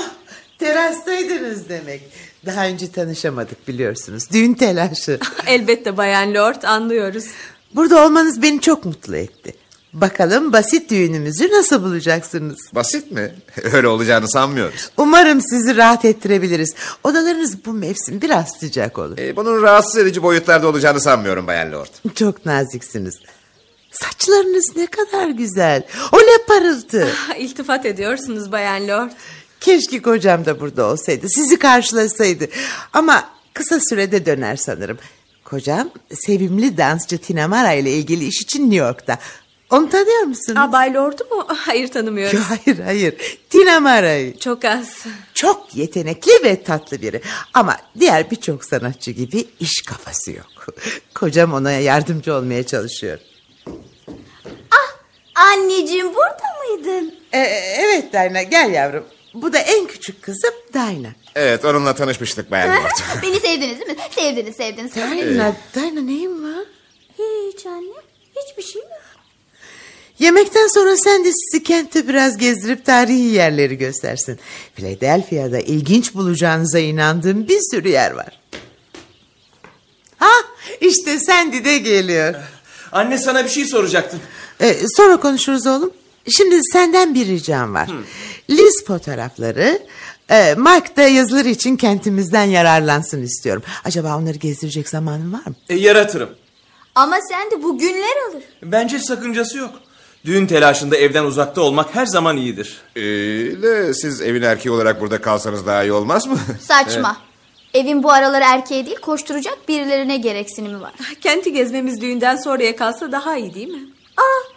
terastaydınız demek. Daha önce tanışamadık biliyorsunuz. Düğün telaşı.
Elbette Bayan Lord anlıyoruz.
Burada olmanız beni çok mutlu etti. Bakalım basit düğünümüzü nasıl bulacaksınız?
Basit mi? Öyle olacağını sanmıyoruz.
Umarım sizi rahat ettirebiliriz. Odalarınız bu mevsim biraz sıcak olur.
E, bunun rahatsız edici boyutlarda olacağını sanmıyorum Bayan Lord.
Çok naziksiniz. Saçlarınız ne kadar güzel. O ne parıltı.
Ha, İltifat ediyorsunuz Bayan Lord.
Keşke kocam da burada olsaydı. Sizi karşılasaydı. Ama kısa sürede döner sanırım. Kocam sevimli dansçı Tinamara ile ilgili iş için New York'ta. Onu tanıyor musunuz?
Aa, Bay Lord'u mu? Hayır tanımıyorum.
Yo, hayır hayır. Tinamara'yı.
Çok az.
Çok yetenekli ve tatlı biri. Ama diğer birçok sanatçı gibi iş kafası yok. Kocam ona yardımcı olmaya çalışıyor.
Anneciğim burada mıydın?
Ee, evet Dayna gel yavrum. Bu da en küçük kızım Dayna.
Evet onunla tanışmıştık Bayan Lord.
Beni sevdiniz değil mi? Sevdiniz sevdiniz.
Dayna, Dayna neyin var?
Hiç anne. Hiçbir şey mi?
Yemekten sonra sen de sizi kentte biraz gezdirip tarihi yerleri göstersin. Philadelphia'da ilginç bulacağınıza inandığım bir sürü yer var. Ha işte Sandy de geliyor.
Anne sana bir şey soracaktım.
Ee, sonra konuşuruz oğlum. Şimdi senden bir ricam var. Liz fotoğrafları e, Mark'ta yazıları için kentimizden yararlansın istiyorum. Acaba onları gezdirecek zamanın var mı?
E, yaratırım.
Ama sen de bugünler alır.
Bence sakıncası yok. Düğün telaşında evden uzakta olmak her zaman iyidir.
Ee, de siz evin erkeği olarak burada kalsanız daha iyi olmaz mı?
Saçma. Evin bu aralar erkeğe değil koşturacak birilerine gereksinimi var.
Kenti gezmemiz düğünden sonraya kalsa daha iyi değil mi?
Aa, Ah,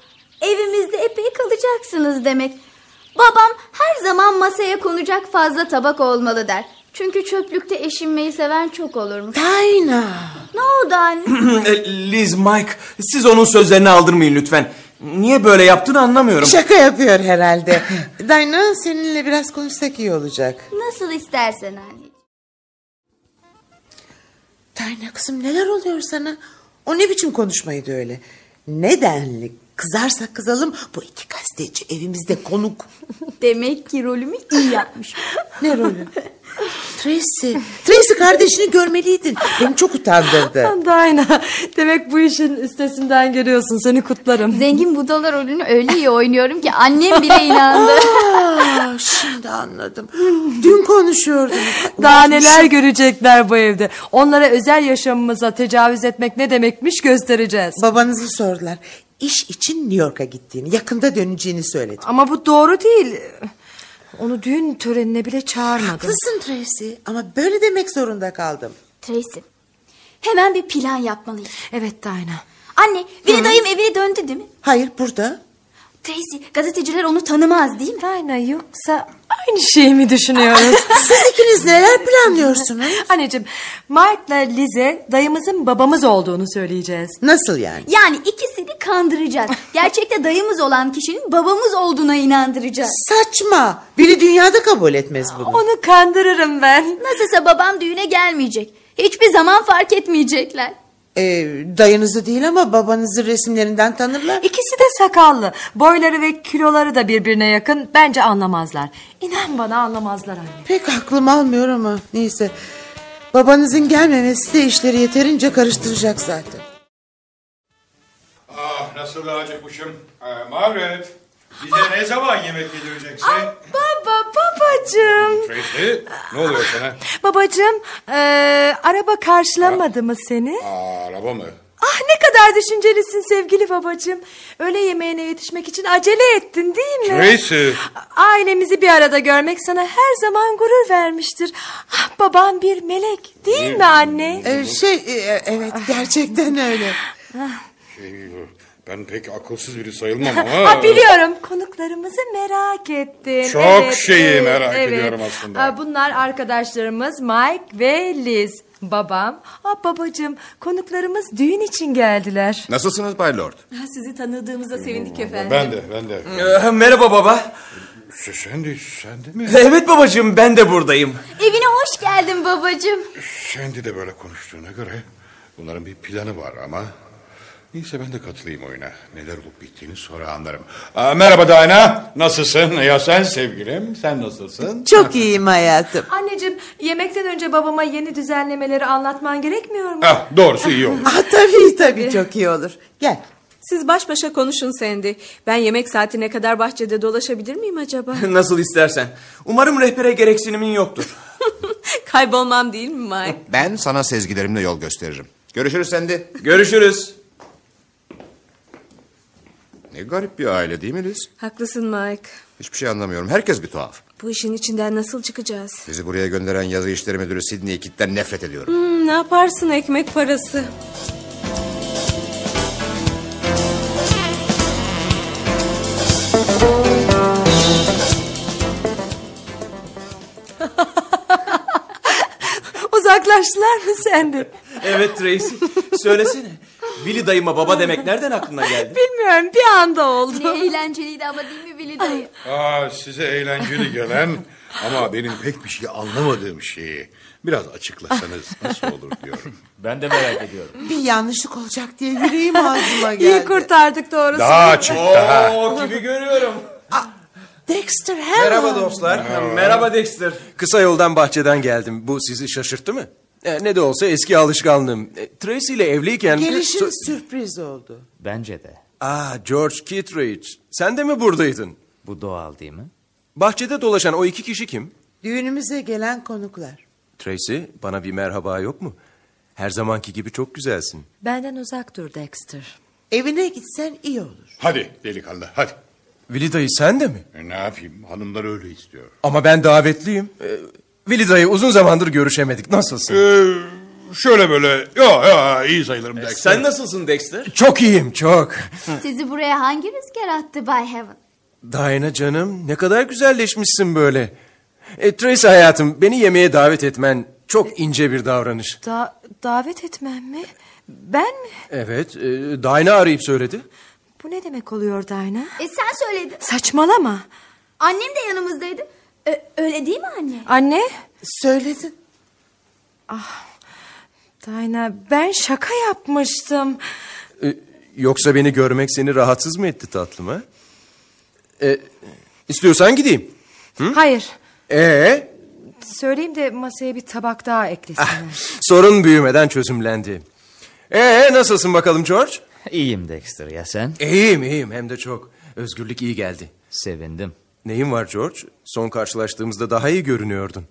evimizde epey kalacaksınız demek. Babam her zaman masaya konacak fazla tabak olmalı der. Çünkü çöplükte eşinmeyi seven çok olurmuş.
Dayna.
Ne oldu anne?
E, Liz, Mike siz onun sözlerini aldırmayın lütfen. Niye böyle yaptığını anlamıyorum.
Şaka yapıyor herhalde. Dayna seninle biraz konuşsak iyi olacak.
Nasıl istersen anne.
Dayna kızım neler oluyor sana? O ne biçim konuşmaydı öyle? Nedenli kızarsak kızalım bu iki gazeteci evimizde konuk.
Demek ki rolümü iyi yapmış.
Ne rolü? Tracy. Tracy kardeşini görmeliydin. Beni çok utandırdı.
Dayna, demek bu işin üstesinden geliyorsun. Seni kutlarım.
Zengin budala rolünü öyle iyi oynuyorum ki annem bile inandı.
Aa, şimdi anladım. Dün konuşuyordunuz.
Daha
şey-
neler görecekler bu evde. Onlara özel yaşamımıza tecavüz etmek ne demekmiş göstereceğiz.
Babanızı sordular. İş için New York'a gittiğini, yakında döneceğini söyledi.
Ama bu doğru değil. Onu düğün törenine bile çağırmadım.
Haklısın Tracy ama böyle demek zorunda kaldım.
Tracy. Hemen bir plan yapmalıyız.
Evet Dayna.
Anne, Veri dayım evine döndü değil mi?
Hayır burada.
Tracy, gazeteciler onu tanımaz değil mi?
Dayna yoksa aynı şeyi mi düşünüyoruz?
Siz ikiniz neler planlıyorsunuz?
Anneciğim Mark'la Lize dayımızın babamız olduğunu söyleyeceğiz.
Nasıl yani?
Yani ikisini kandıracağız. Gerçekte dayımız olan kişinin babamız olduğuna inandıracağız.
Saçma. Biri dünyada kabul etmez bunu.
Onu kandırırım ben.
Nasılsa babam düğüne gelmeyecek. Hiçbir zaman fark etmeyecekler.
Ee, dayınızı değil ama babanızın resimlerinden tanırlar.
İkisi de sakallı. Boyları ve kiloları da birbirine yakın. Bence anlamazlar. İnan bana anlamazlar anne.
Pek aklım almıyor ama neyse. Babanızın gelmemesi de işleri yeterince karıştıracak zaten.
Ah nasıl acıkmışım. Ee, Margaret bize ne zaman yemek yedireceksin?
Baba, babacığım.
Tracy ne oluyor sana?
Babacığım, eee, araba karşılamadı mı seni?
Aa, araba mı?
Ah ne kadar düşüncelisin sevgili babacığım. Öğle yemeğine yetişmek için acele ettin değil mi?
Tracy.
Ailemizi bir arada görmek sana her zaman gurur vermiştir. Ah, babam bir melek değil mi anne? Ah.
Ee, şey e, evet gerçekten öyle.
Şey, ben pek akılsız biri sayılmam ama.
Ah, biliyorum konuklarımızı merak ettin.
Çok şeyi merak ediyorum aslında.
Ah, bunlar arkadaşlarımız Mike ve Liz. Babam, ah babacığım konuklarımız düğün için geldiler.
Nasılsınız Bay Lord?
Sizi tanıdığımıza sevindik efendim.
Ben de ben de.
Ee, merhaba baba.
Sen- Sen de, sen de mi?
Evet babacığım ben de buradayım.
Evine hoş geldin babacığım.
Şimdi de böyle konuştuğuna göre bunların bir planı var ama... Neyse ben de katılayım oyuna. Neler olup bittiğini sonra anlarım. Aa, merhaba Dayna. Nasılsın? Ya sen sevgilim. Sen nasılsın?
Çok iyiyim hayatım.
Anneciğim yemekten önce babama yeni düzenlemeleri anlatman gerekmiyor mu?
Ah, doğrusu iyi olur.
Ah tabii tabii çok iyi olur. Gel.
Siz baş başa konuşun Sandy. Ben yemek saatine kadar bahçede dolaşabilir miyim acaba?
Nasıl istersen. Umarım rehbere gereksinimi yoktur.
Kaybolmam değil mi Mike?
Ben sana sezgilerimle yol gösteririm. Görüşürüz Sandy.
Görüşürüz.
Ne garip bir aile değil mi Liz?
Haklısın Mike.
Hiçbir şey anlamıyorum. Herkes bir tuhaf.
Bu işin içinden nasıl çıkacağız?
Bizi buraya gönderen yazı işleri müdürü Sidney Kit'ten nefret ediyorum.
Hmm, ne yaparsın ekmek parası?
Uzaklaştılar mı sende?
Evet Tracy. Söylesene. Billy dayıma baba demek nereden aklına geldi?
Bilmiyorum bir anda oldu.
Ne eğlenceliydi ama değil mi Veli dayı?
Aa, size eğlenceli gelen ama benim pek bir şey anlamadığım şeyi biraz açıklasanız nasıl olur diyorum.
Ben de merak ediyorum.
Bir yanlışlık olacak diye yüreğim ağzıma geldi.
İyi kurtardık doğrusu.
Daha açık daha.
Oo gibi görüyorum.
Dexter Hammond.
dostlar. Merhaba Dexter.
Kısa yoldan bahçeden geldim. Bu sizi şaşırttı mı? E, ne de olsa eski alışkanlığım. E, Tracy ile evliyken...
Gelişin
So-
sürpriz oldu.
Bence de.
Aa, George Kittredge. Sen de mi buradaydın?
Bu doğal değil mi?
Bahçede dolaşan o iki kişi kim?
Düğünümüze gelen konuklar.
Tracy, bana bir merhaba yok mu? Her zamanki gibi çok güzelsin.
Benden uzak dur Dexter.
Evine gitsen iyi olur.
Hadi delikanlı hadi.
Willy dayı sen de mi?
E, ne yapayım hanımlar öyle istiyor.
Ama ben davetliyim. E, Willy dayı uzun zamandır görüşemedik. Nasılsın?
Ee, şöyle böyle yo yo iyi sayılırım
E,
Dexter.
Sen nasılsın Dexter?
Çok iyiyim, çok.
Sizi buraya hangi rüzgar attı Bay Heaven?
Dayana canım, ne kadar güzelleşmişsin böyle. E, Tracy hayatım, beni yemeğe davet etmen çok ince bir davranış.
Da- davet etmem mi? Ben mi?
Evet, e, Dayna arayıp söyledi.
Bu ne demek oluyor Dayna?
E sen söyledin.
Saçmalama.
Annem de yanımızdaydı. Ö-
E,
öyle değil mi anne?
Anne. Ah,
Söyledin.
Dayna ben şaka yapmıştım.
E, yoksa beni görmek seni rahatsız mı etti tatlım ha? E, istiyorsan gideyim.
Hayır.
Ee,
Söyleyeyim de masaya bir tabak daha eklesinler.
Ah, sorun büyümeden çözümlendi. Ee, nasılsın bakalım George?
İyiyim Dexter ya sen?
İyiyim, iyiyim hem de çok. Özgürlük iyi geldi.
Sevindim.
Neyin var George? Son karşılaştığımızda daha iyi görünüyordun.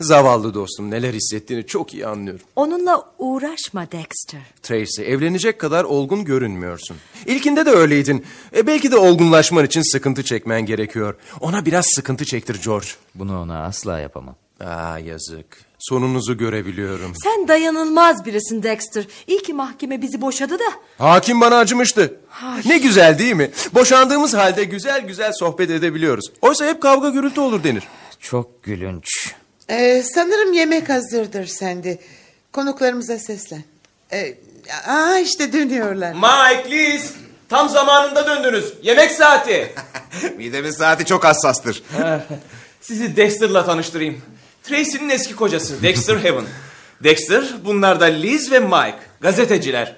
Zavallı dostum neler hissettiğini çok iyi anlıyorum.
Onunla uğraşma Dexter.
Tracy evlenecek kadar olgun görünmüyorsun. İlkinde de öyleydin. E, belki de olgunlaşman için sıkıntı çekmen gerekiyor. Ona biraz sıkıntı çektir George.
Bunu ona asla yapamam.
Aa yazık. Sonunuzu görebiliyorum.
Sen dayanılmaz birisin Dexter. İyi ki mahkeme bizi boşadı da.
Hakim bana acımıştı.
Ay.
Ne güzel değil mi? Boşandığımız halde güzel güzel sohbet edebiliyoruz. Oysa hep kavga gürültü olur denir.
Çok gülünç.
Ee, sanırım yemek hazırdır sende. Konuklarımıza seslen. Ee, aa işte dönüyorlar.
Mike, Liz tam zamanında döndünüz. Yemek saati.
Midemin saati çok hassastır.
Sizi Dexter'la tanıştırayım. Tracy'nin eski kocası Dexter Heaven. Dexter bunlar da Liz ve Mike. Gazeteciler.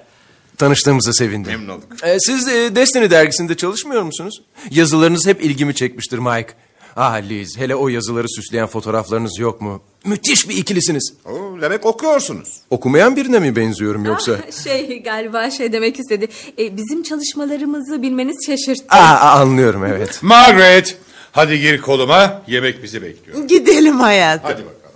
Tanıştığımıza sevindim.
Memnun olduk.
Ee, siz e, Destiny dergisinde çalışmıyor musunuz? Yazılarınız hep ilgimi çekmiştir Mike. Ah Liz, hele o yazıları süsleyen fotoğraflarınız yok mu? Müthiş bir ikilisiniz.
Oo, demek okuyorsunuz.
Okumayan birine mi benziyorum yoksa?
Ah.
Şey galiba şey demek istedi. E, bizim çalışmalarımızı bilmeniz şaşırttı.
Aa, anlıyorum evet.
Margaret hadi gir koluma yemek bizi bekliyor.
Gidelim hayatım.
Hadi bakalım.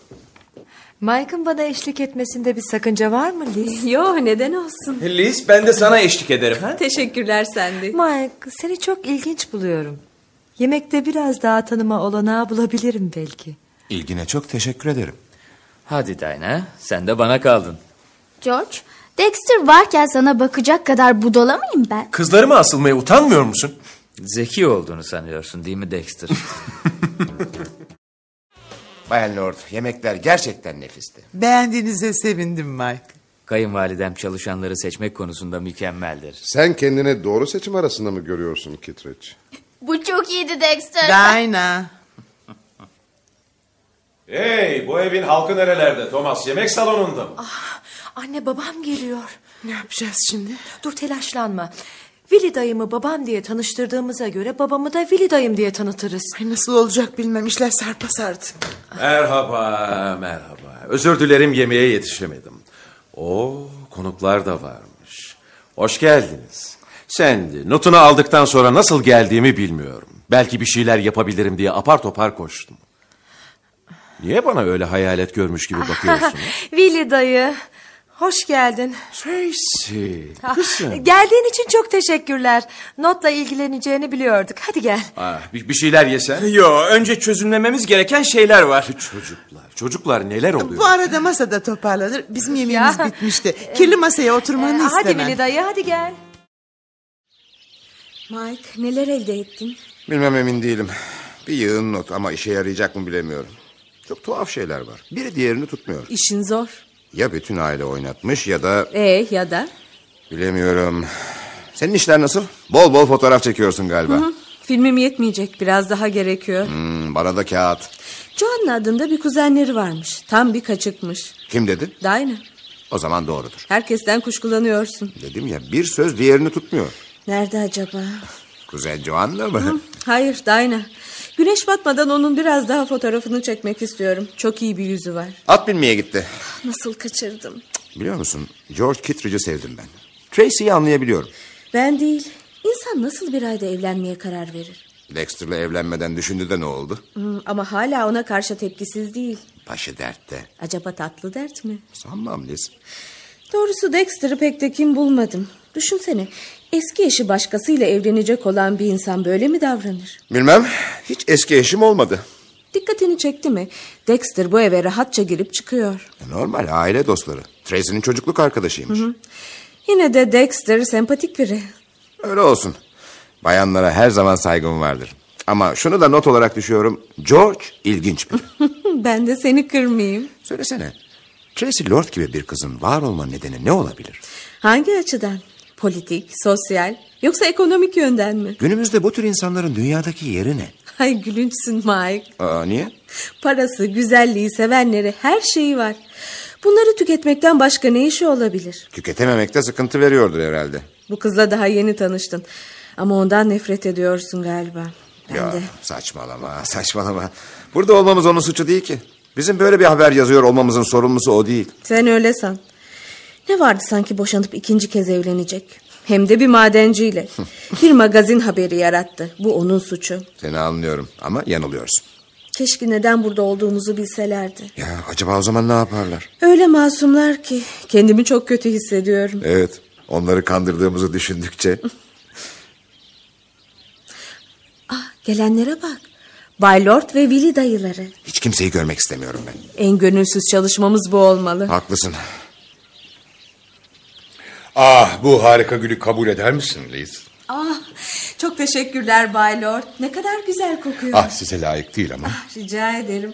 Mike'ın bana eşlik etmesinde bir sakınca var mı Liz?
Yo neden olsun.
E, Liz ben de sana eşlik ederim. Ha?
Teşekkürler Sandy.
Mike seni çok ilginç buluyorum. Yemekte biraz daha tanıma olanağı bulabilirim belki.
İlgine çok teşekkür ederim.
Hadi Dayna sen de bana kaldın.
George, Dexter varken sana bakacak kadar budala mıyım ben?
Kızlarıma asılmaya utanmıyor musun?
Zeki olduğunu sanıyorsun değil mi Dexter?
Bayan Lord yemekler gerçekten nefisti.
Beğendiğinize sevindim Mike.
Kayınvalidem çalışanları seçmek konusunda mükemmeldir.
Sen kendini doğru seçim arasında mı görüyorsun Kitriç?
Bu çok iyiydi Dexter.
Dayna.
Hey bu evin halkı nerelerde Thomas? Yemek salonunda mı?
Anne babam geliyor.
Ne yapacağız şimdi?
Dur telaşlanma. Vili dayımı babam diye tanıştırdığımıza göre babamı da Vili dayım diye tanıtırız.
Ay nasıl olacak bilmem işler sarpa sardı.
Merhaba merhaba. Özür dilerim yemeğe yetişemedim. O konuklar da varmış. Hoş geldiniz. Sandy notunu aldıktan sonra nasıl geldiğimi bilmiyorum. Belki bir şeyler yapabilirim diye apar topar koştum. Niye bana öyle hayalet görmüş gibi bakıyorsun?
Vili dayı. Hoş geldin.
Tracy.
Ah, Geldiğin için çok teşekkürler. Notla ilgileneceğini biliyorduk. Hadi gel.
Aa, bir, bir şeyler yesen.
Yo önce çözümlememiz gereken şeyler var.
Çocuklar, çocuklar neler oluyor?
Bu arada masada toparlanır. Bizim yemeğimiz bitmişti. Kirli masaya oturmanı
Ee, hadi
istemem.
Vili dayı hadi gel.
Mike neler elde ettin?
Bilmem emin değilim. Bir yığın not ama işe yarayacak mı bilemiyorum. Çok tuhaf şeyler var. Biri diğerini tutmuyor.
İşin zor.
Ya bütün aile oynatmış ya da
E ya da?
bilemiyorum. Senin işler nasıl? Bol bol fotoğraf çekiyorsun galiba.
Filmim yetmeyecek biraz daha gerekiyor.
Hmm, bana da kağıt.
Joan'ın adında bir kuzenleri varmış. Tam bir kaçıkmış.
Kim dedi?
Dayna
O zaman doğrudur.
herkesten kuşkulanıyorsun.
Dedim ya bir söz diğerini tutmuyor.
Nerede acaba?
Kuzen Joan'la mı?
Hayır Dayna. Güneş batmadan onun biraz daha fotoğrafını çekmek istiyorum. Çok iyi bir yüzü var.
At binmeye gitti.
Nasıl kaçırdım?
Biliyor musun George Kittredge'i sevdim ben. Tracy'yi anlayabiliyorum.
Ben değil. İnsan nasıl bir ayda evlenmeye karar verir?
Dexter'la evlenmeden düşündü de ne oldu?
Hmm, ama hala ona karşı tepkisiz değil.
Başı dertte.
Acaba tatlı dert mi?
Sanmam Liz.
Doğrusu Dexter'ı pek de kim bulmadım. Düşünsene eski eşi başkasıyla evlenecek olan bir insan böyle mi davranır?
Bilmem. Hiç eski eşim olmadı.
Dikkatini çekti mi? Dexter bu eve rahatça girip çıkıyor.
E, Normal aile dostları. Tracy'nin çocukluk arkadaşıymış.
Yine de Dexter sempatik biri.
Öyle olsun. Bayanlara her zaman saygım vardır. Ama şunu da not olarak düşüyorum. George ilginç biri.
ben de seni kırmayayım.
Söylesene. Tracy Lord gibi bir kızın var olma nedeni ne olabilir?
Hangi açıdan? Politik, sosyal yoksa ekonomik yönden mi?
Günümüzde bu tür insanların dünyadaki yeri ne?
Ay gülünçsün Mike.
Aa, niye?
Parası, güzelliği, sevenleri, her şeyi var. Bunları tüketmekten başka ne işi olabilir?
Tüketememekte sıkıntı veriyordur herhalde.
Bu kızla daha yeni tanıştın. Ama ondan nefret ediyorsun galiba. Ben
ya
de.
saçmalama saçmalama. Burada olmamız onun suçu değil ki. Bizim böyle bir haber yazıyor olmamızın sorumlusu o değil.
Sen öyle san. Ne vardı sanki boşanıp ikinci kez evlenecek? Hem de bir madenciyle. bir magazin haberi yarattı. Bu onun suçu.
Seni anlıyorum ama yanılıyorsun.
Keşke neden burada olduğumuzu bilselerdi.
Ya acaba o zaman ne yaparlar?
Öyle masumlar ki kendimi çok kötü hissediyorum.
Evet onları kandırdığımızı düşündükçe.
Ah, Gelenlere bak. Bay Lord ve Willy dayıları.
Hiç kimseyi görmek istemiyorum ben.
En gönülsüz çalışmamız bu olmalı.
Haklısın.
Ah bu harika gülü kabul eder misin Liz?
Ah, çok teşekkürler Bay Lord. Ne kadar güzel kokuyor. Ah,
Ah size layık değil ama.
Rica ederim.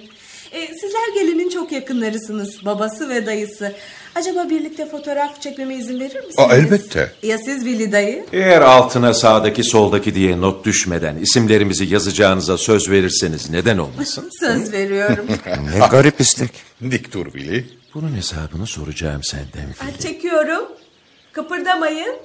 Ee, sizler gelinin çok yakınlarısınız. Babası ve dayısı. Acaba birlikte fotoğraf çekmeme izin verir misiniz?
Aa, elbette.
Ya siz Willy dayı?
Eğer altına sağdaki soldaki diye not düşmeden isimlerimizi yazacağınıza söz verirseniz neden olmasın?
Söz veriyorum.
ne garip istek.
Dik dur Billy.
Bunun hesabını soracağım senden.
Ay, çekiyorum. Kıpırdamayın.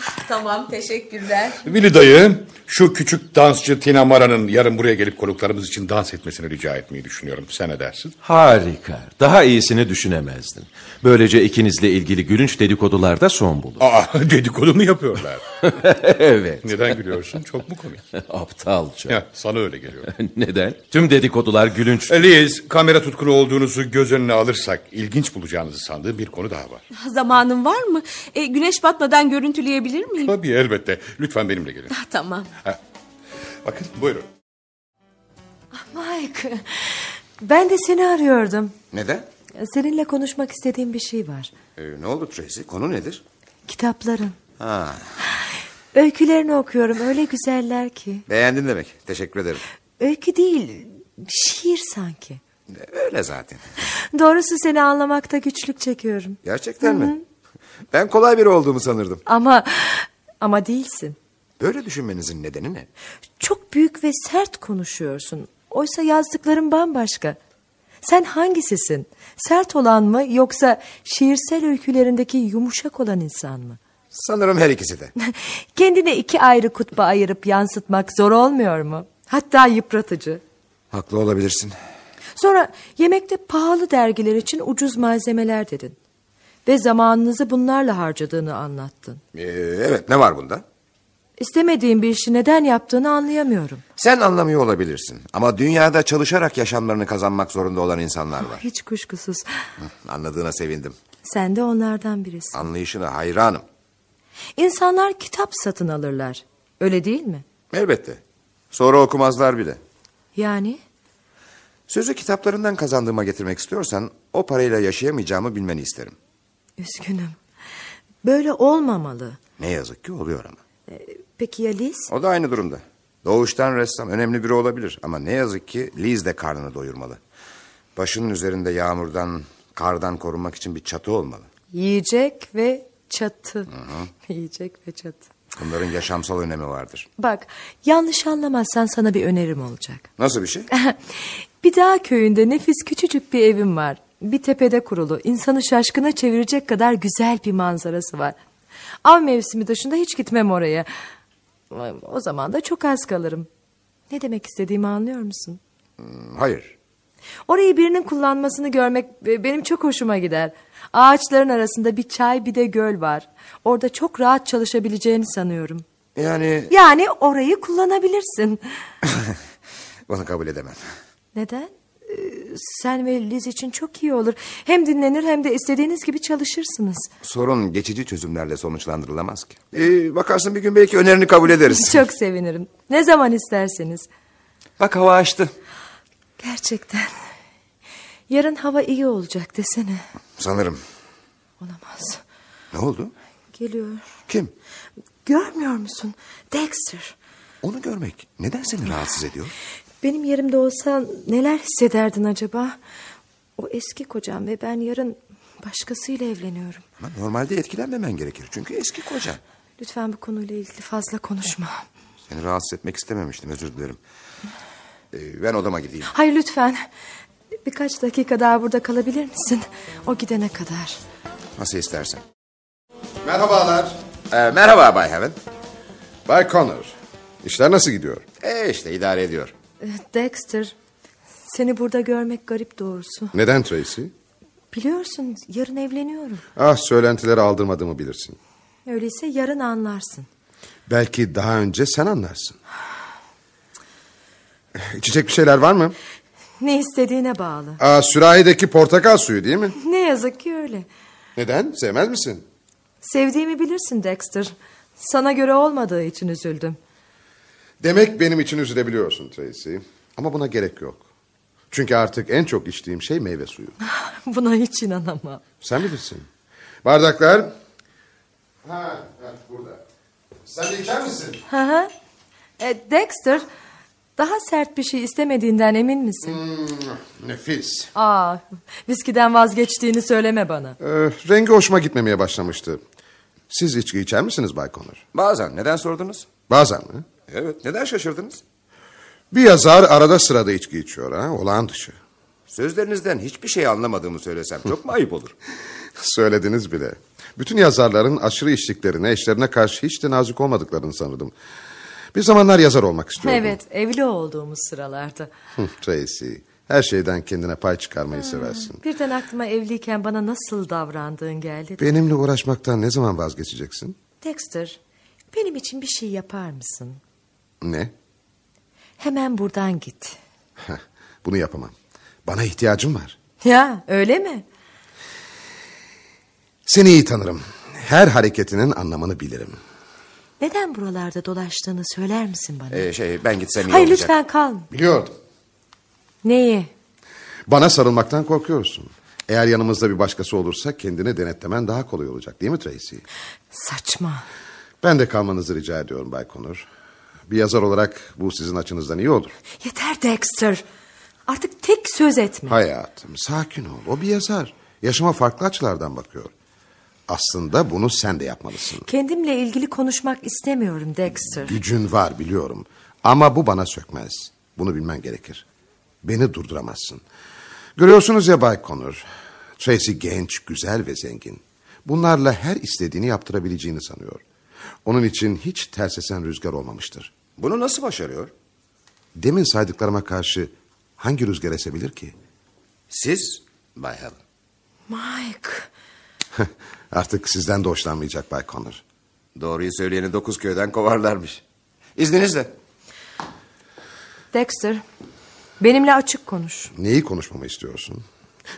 Ah, tamam, teşekkürler.
Vili dayı şu küçük dansçı Tina Mara'nın yarın buraya gelip konuklarımız için dans etmesini rica etmeyi düşünüyorum. Sen ne dersin?
Harika. Daha iyisini düşünemezdim. Böylece ikinizle ilgili gülünç dedikodular da son bulur.
Aa Ah, dedikodu mu yapıyorlar?
evet.
Neden gülüyorsun? Çok mu komik?
Aptalca.
Ya, sana öyle geliyor.
Neden? Tüm dedikodular gülünç.
Liz kamera tutkunu olduğunuzu göz önüne alırsak ilginç bulacağınızı sandığım bir konu daha var.
Zamanım var mı? E, güneş batmadan görüntüleyebilir miyim?
Tabii elbette. Lütfen benimle gelin.
Ah, tamam.
Bakın buyurun.
Ah, Mike, ben de seni arıyordum.
Neden?
Seninle konuşmak istediğim bir şey var.
Ee, ne oldu Tracy? Konu nedir?
Kitapların.
Ha,
Öykülerini okuyorum. Öyle güzeller ki.
beğendin demek. Teşekkür ederim.
Öykü değil, şiir sanki.
Ee, Öyle zaten.
Doğrusu seni anlamakta güçlük çekiyorum.
Gerçekten mi? Ben kolay biri olduğumu sanırdım.
Ama ama değilsin.
Böyle düşünmenizin nedeni ne?
Çok büyük ve sert konuşuyorsun. Oysa yazdıkların bambaşka. Sen hangisisin? Sert olan mı yoksa şiirsel öykülerindeki yumuşak olan insan mı?
Sanırım her ikisi de.
Kendine iki ayrı kutba ayırıp yansıtmak zor olmuyor mu? Hatta yıpratıcı.
Haklı olabilirsin.
Sonra yemekte pahalı dergiler için ucuz malzemeler dedin. Ve zamanınızı bunlarla harcadığını anlattın.
Ee, evet ne var bunda?
İstemediğin bir işi neden yaptığını anlayamıyorum.
Sen anlamıyor olabilirsin. Ama dünyada çalışarak yaşamlarını kazanmak zorunda olan insanlar var.
Hiç kuşkusuz.
Anladığına sevindim.
Sen de onlardan birisin.
Anlayışına hayranım.
İnsanlar kitap satın alırlar. Öyle değil mi?
Elbette. Sonra okumazlar bile.
Yani?
Sözü kitaplarından kazandığıma getirmek istiyorsan o parayla yaşayamayacağımı bilmeni isterim.
Üzgünüm. Böyle olmamalı.
Ne yazık ki oluyor ama.
Peki ya Liz?
O da aynı durumda. Doğuştan ressam önemli biri olabilir ama ne yazık ki Liz de karnını doyurmalı. Başının üzerinde yağmurdan, kardan korunmak için bir çatı olmalı.
Yiyecek ve çatı. Yiyecek ve çatı.
Bunların yaşamsal önemi vardır.
Bak yanlış anlamazsan sana bir önerim olacak.
Nasıl bir şey?
bir dağ köyünde nefis küçücük bir evim var. Bir tepede kurulu, insanı şaşkına çevirecek kadar güzel bir manzarası var. Av mevsimi dışında hiç gitmem oraya. O zaman da çok az kalırım. Ne demek istediğimi anlıyor musun?
Hayır.
Orayı birinin kullanmasını görmek e, benim çok hoşuma gider. Ağaçların arasında bir çay bir de göl var. Orada çok rahat çalışabileceğini sanıyorum.
Yani
Yani orayı kullanabilirsin.
bunu kabul edemem.
Neden? Ee, Sen ve Liz için çok iyi olur. Hem dinlenir hem de istediğiniz gibi çalışırsınız.
Sorun geçici çözümlerle sonuçlandırılamaz ki. Ee, bakarsın bir gün belki önerini kabul ederiz.
Çok sevinirim. Ne zaman isterseniz.
Bak hava açtı.
Gerçekten. Yarın hava iyi olacak desene.
Sanırım.
Olamaz.
Ne oldu?
Geliyor.
Kim?
Görmüyor musun? Dexter.
Onu görmek neden seni rahatsız ediyor?
Benim yerimde olsan neler hissederdin acaba? O eski kocam ve ben yarın başkasıyla evleniyorum.
Ama normalde etkilenmemen gerekir çünkü eski kocan.
Lütfen bu konuyla ilgili fazla konuşma.
Seni rahatsız etmek istememiştim özür dilerim. Ee, ben odama gideyim.
Hayır lütfen. Birkaç dakika daha burada kalabilir misin? O gidene kadar.
Nasıl istersen.
Merhabalar.
merhaba Bay Heaven.
Bay Connor. İşler nasıl gidiyor?
E işte idare ediyor.
Ee, Dexter, seni burada görmek garip doğrusu.
Neden Tracy?
Biliyorsun yarın evleniyorum.
Ah söylentileri aldırmadığımı bilirsin.
Öyleyse yarın anlarsın.
Belki daha önce sen anlarsın. İçecek bir şeyler var mı?
Ne istediğine bağlı.
Aa, sürahideki portakal suyu değil mi?
Ne yazık ki öyle.
Neden? Sevmez misin?
Sevdiğimi bilirsin Dexter. Sana göre olmadığı için üzüldüm.
Demek benim için üzülebiliyorsun Tracy. Ama buna gerek yok. Çünkü artık en çok içtiğim şey meyve suyu.
Buna hiç inanamam.
Sen bilirsin. Bardaklar. Ha, evet, burada. Sen de içer misin?
Hı hı. E, Dexter, daha sert bir şey istemediğinden emin misin?
Nefis.
Aa, viskiden vazgeçtiğini söyleme bana.
Ee, rengi hoşuma gitmemeye başlamıştı. Siz içki içer misiniz Bay Connor?
Bazen. Neden sordunuz?
Bazen mi?
Evet. Neden şaşırdınız?
Bir yazar arada sırada içki içiyor ha. Olağan dışı.
Sözlerinizden hiçbir şey anlamadığımı söylesem çok mu ayıp olur?
Söylediniz bile. Bütün yazarların aşırı içtiklerine, eşlerine karşı hiç de nazik olmadıklarını sanırdım. Bir zamanlar yazar olmak istiyordum.
Evet, evli olduğumuz sıralarda.
Hı, Tracy, her şeyden kendine pay çıkarmayı seversin.
Birden aklıma evliyken bana nasıl davrandığın geldi. de.
Benimle uğraşmaktan ne zaman vazgeçeceksin?
Dexter, benim için bir şey yapar mısın?
Ne?
Hemen buradan git.
Heh, Bunu yapamam. Bana ihtiyacım var.
Ya, öyle mi?
Seni iyi tanırım. Her hareketinin anlamını bilirim.
Neden buralarda dolaştığını söyler misin bana?
Ee, şey ben gitsem iyi
Hayır
olacak.
lütfen kalma.
Biliyordum.
Neyi?
Bana sarılmaktan korkuyorsun. Eğer yanımızda bir başkası olursa kendini denetlemen daha kolay olacak değil mi Tracy?
Saçma.
Ben de kalmanızı rica ediyorum Bay Connor. Bir yazar olarak bu sizin açınızdan iyi olur.
Yeter Dexter. Artık tek söz etme.
Hayatım sakin ol. O bir yazar. Yaşama farklı açılardan bakıyor. Aslında bunu sen de yapmalısın.
Kendimle ilgili konuşmak istemiyorum Dexter.
Gücün var biliyorum. Ama bu bana sökmez. Bunu bilmen gerekir. Beni durduramazsın. Görüyorsunuz ya Bay Connor. Tracy genç, güzel ve zengin. Bunlarla her istediğini yaptırabileceğini sanıyor. Onun için hiç ters esen rüzgar olmamıştır.
Bunu nasıl başarıyor?
Demin saydıklarıma karşı hangi rüzgar esebilir ki?
Siz Bay Helen.
Mike.
Artık sizden de hoşlanmayacak Bay Connor.
Doğruyu söyleyeni dokuz köyden kovarlarmış. İzninizle.
Dexter, benimle açık konuş.
Neyi konuşmamı istiyorsun?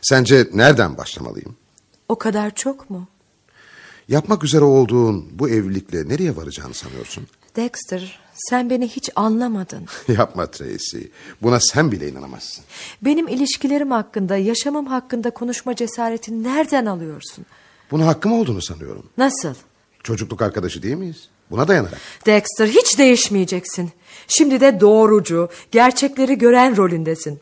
Sence nereden başlamalıyım?
O kadar çok mu?
Yapmak üzere olduğun bu evlilikle nereye varacağını sanıyorsun?
Dexter, sen beni hiç anlamadın.
Yapma Tracy. Buna sen bile inanamazsın.
Benim ilişkilerim hakkında, yaşamım hakkında konuşma cesaretini nereden alıyorsun?
Buna hakkım olduğunu sanıyorum.
Nasıl?
Çocukluk arkadaşı değil miyiz? Buna dayanarak.
Dexter, hiç değişmeyeceksin. Şimdi de doğrucu, gerçekleri gören rolündesin.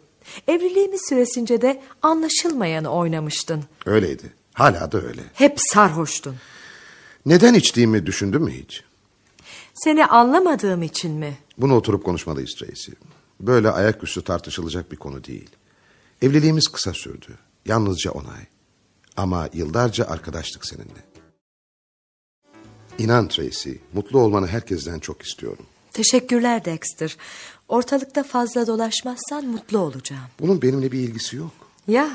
Evliliğimiz süresince de anlaşılmayanı oynamıştın.
Öyleydi. Hala da öyle.
Hep sarhoştun.
Neden içtiğimi düşündün mü hiç?
Seni anlamadığım için mi?
Bunu oturup konuşmalıyız Tracy. Böyle ayaküstü tartışılacak bir konu değil. Evliliğimiz kısa sürdü. Yalnızca on ay. Ama yıllarca arkadaştık seninle. İnan Tracy, mutlu olmanı herkesten çok istiyorum.
Teşekkürler Dexter. Ortalıkta fazla dolaşmazsan mutlu olacağım.
Bunun benimle bir ilgisi yok.
Ya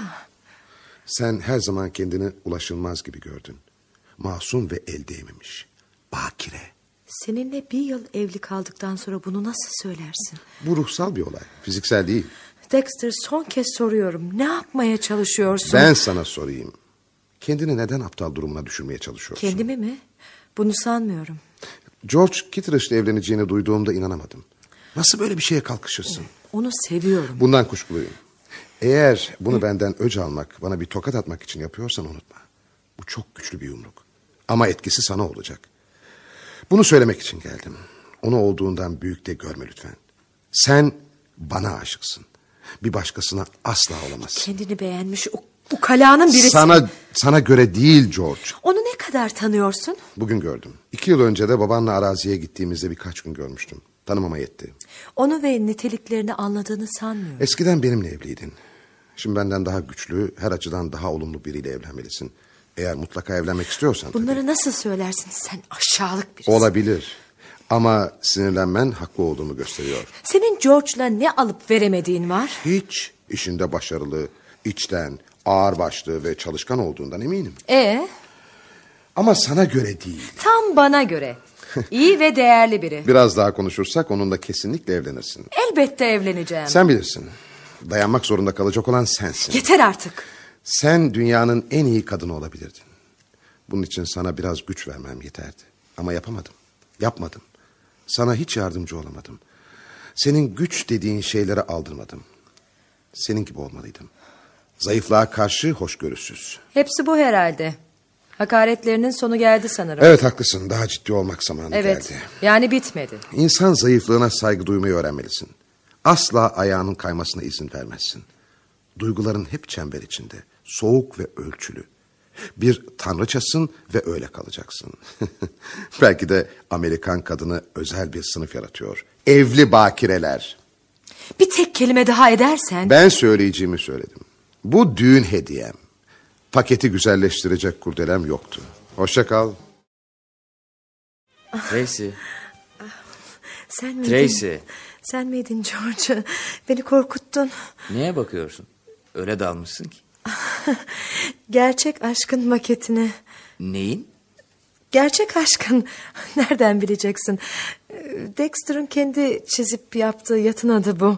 Sen her zaman kendini ulaşılmaz gibi gördün. Masum ve el değmemiş. Bakire.
seninle bir yıl evli kaldıktan sonra bunu nasıl söylersin?
Bu ruhsal bir olay. Fiziksel değil.
Dexter son kez soruyorum. Ne yapmaya çalışıyorsun?
Ben sana sorayım. Kendini neden aptal durumuna düşürmeye çalışıyorsun?
Kendimi mi? Bunu sanmıyorum.
George Kitteridge'le evleneceğini duyduğumda inanamadım. Nasıl böyle bir şeye kalkışırsın?
Onu seviyorum.
Bundan kuşkuluyum. Eğer bunu benden öc almak, bana bir tokat atmak için yapıyorsan unutma. Bu çok güçlü bir yumruk. Ama etkisi sana olacak. Bunu söylemek için geldim. Onu olduğundan büyük de görme lütfen. Sen bana aşıksın. Bir başkasına asla olamazsın.
Kendini beğenmiş o ukalanın birisi.
Sana, sana göre değil George.
Onu ne kadar tanıyorsun?
Bugün gördüm. İki yıl önce de babanla araziye gittiğimizde birkaç gün görmüştüm. Tanımama yetti.
Onu ve niteliklerini anladığını sanmıyorum.
Eskiden benimle evliydin. Şimdi benden daha güçlü, her açıdan daha olumlu biriyle evlenmelisin. Eğer mutlaka evlenmek istiyorsan tabii.
Bunları nasıl söylersin sen aşağılık birisi.
Olabilir. Ama sinirlenmen haklı olduğunu gösteriyor.
Senin George'la ne alıp veremediğin var?
Hiç işinde başarılı, içten, ağırbaşlı ve çalışkan olduğundan eminim.
E
Ama sana göre değil.
tam bana göre. İyi ve değerli biri.
Biraz daha konuşursak onunla kesinlikle evlenirsin.
Elbette evleneceğim.
Sen bilirsin. Dayanmak zorunda kalacak olan sensin.
Yeter artık.
Sen dünyanın en iyi kadını olabilirdin. Bunun için sana biraz güç vermem yeterdi. Ama yapamadım. Yapmadım. Sana hiç yardımcı olamadım. Senin güç dediğin şeylere aldırmadım. Senin gibi olmalıydım. Zayıflığa karşı hoşgörüsüz.
Hepsi bu herhalde. Hakaretlerinin sonu geldi sanırım.
Evet haklısın. Daha ciddi olmak zamanı
Evet.
geldi.
Yani bitmedi.
İnsan zayıflığına saygı duymayı öğrenmelisin. Asla ayağının kaymasına izin vermezsin. Duyguların hep çember içinde. Soğuk ve ölçülü. Bir tanrıçasın ve öyle kalacaksın. Belki de Amerikan kadını özel bir sınıf yaratıyor. Evli bakireler.
Bir tek kelime daha edersen.
Ben söyleyeceğimi söyledim. Bu düğün hediyem. Paketi güzelleştirecek kurdelem yoktu. Hoşça kal.
Tracy.
Sen miydin?
Tracy.
Sen miydin George? Beni korkuttun.
Neye bakıyorsun? Öyle dalmışsın ki.
Gerçek aşkın maketini.
Neyin?
Gerçek aşkın. Nereden bileceksin? Ee, Dexter'ın kendi çizip yaptığı yatın adı bu.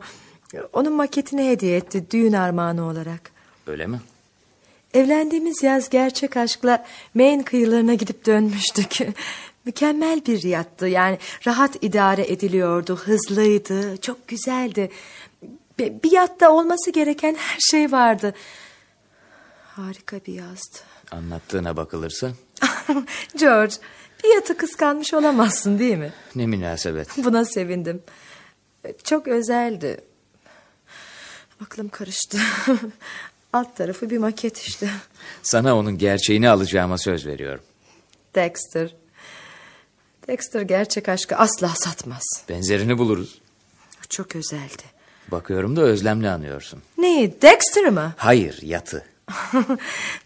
Onun maketini hediye etti düğün armağanı olarak.
Öyle mi?
Evlendiğimiz yaz gerçek aşkla Maine kıyılarına gidip dönmüştük. Mükemmel bir yattı yani rahat idare ediliyordu, hızlıydı, çok güzeldi. Bi- Bir yatta olması gereken her şey vardı. Harika bir yazdı.
Anlattığına bakılırsa
George, bir yatı kıskanmış olamazsın değil mi?
ne münasebet.
Buna sevindim. Çok özeldi. Aklım karıştı. Alt tarafı bir maket işte.
Sana onun gerçeğini alacağıma söz veriyorum.
Dexter. Dexter gerçek aşkı asla satmaz.
Benzerini buluruz.
Çok özeldi.
Bakıyorum da özlemle anıyorsun.
Neyi? Dexter mı?
Hayır yatı.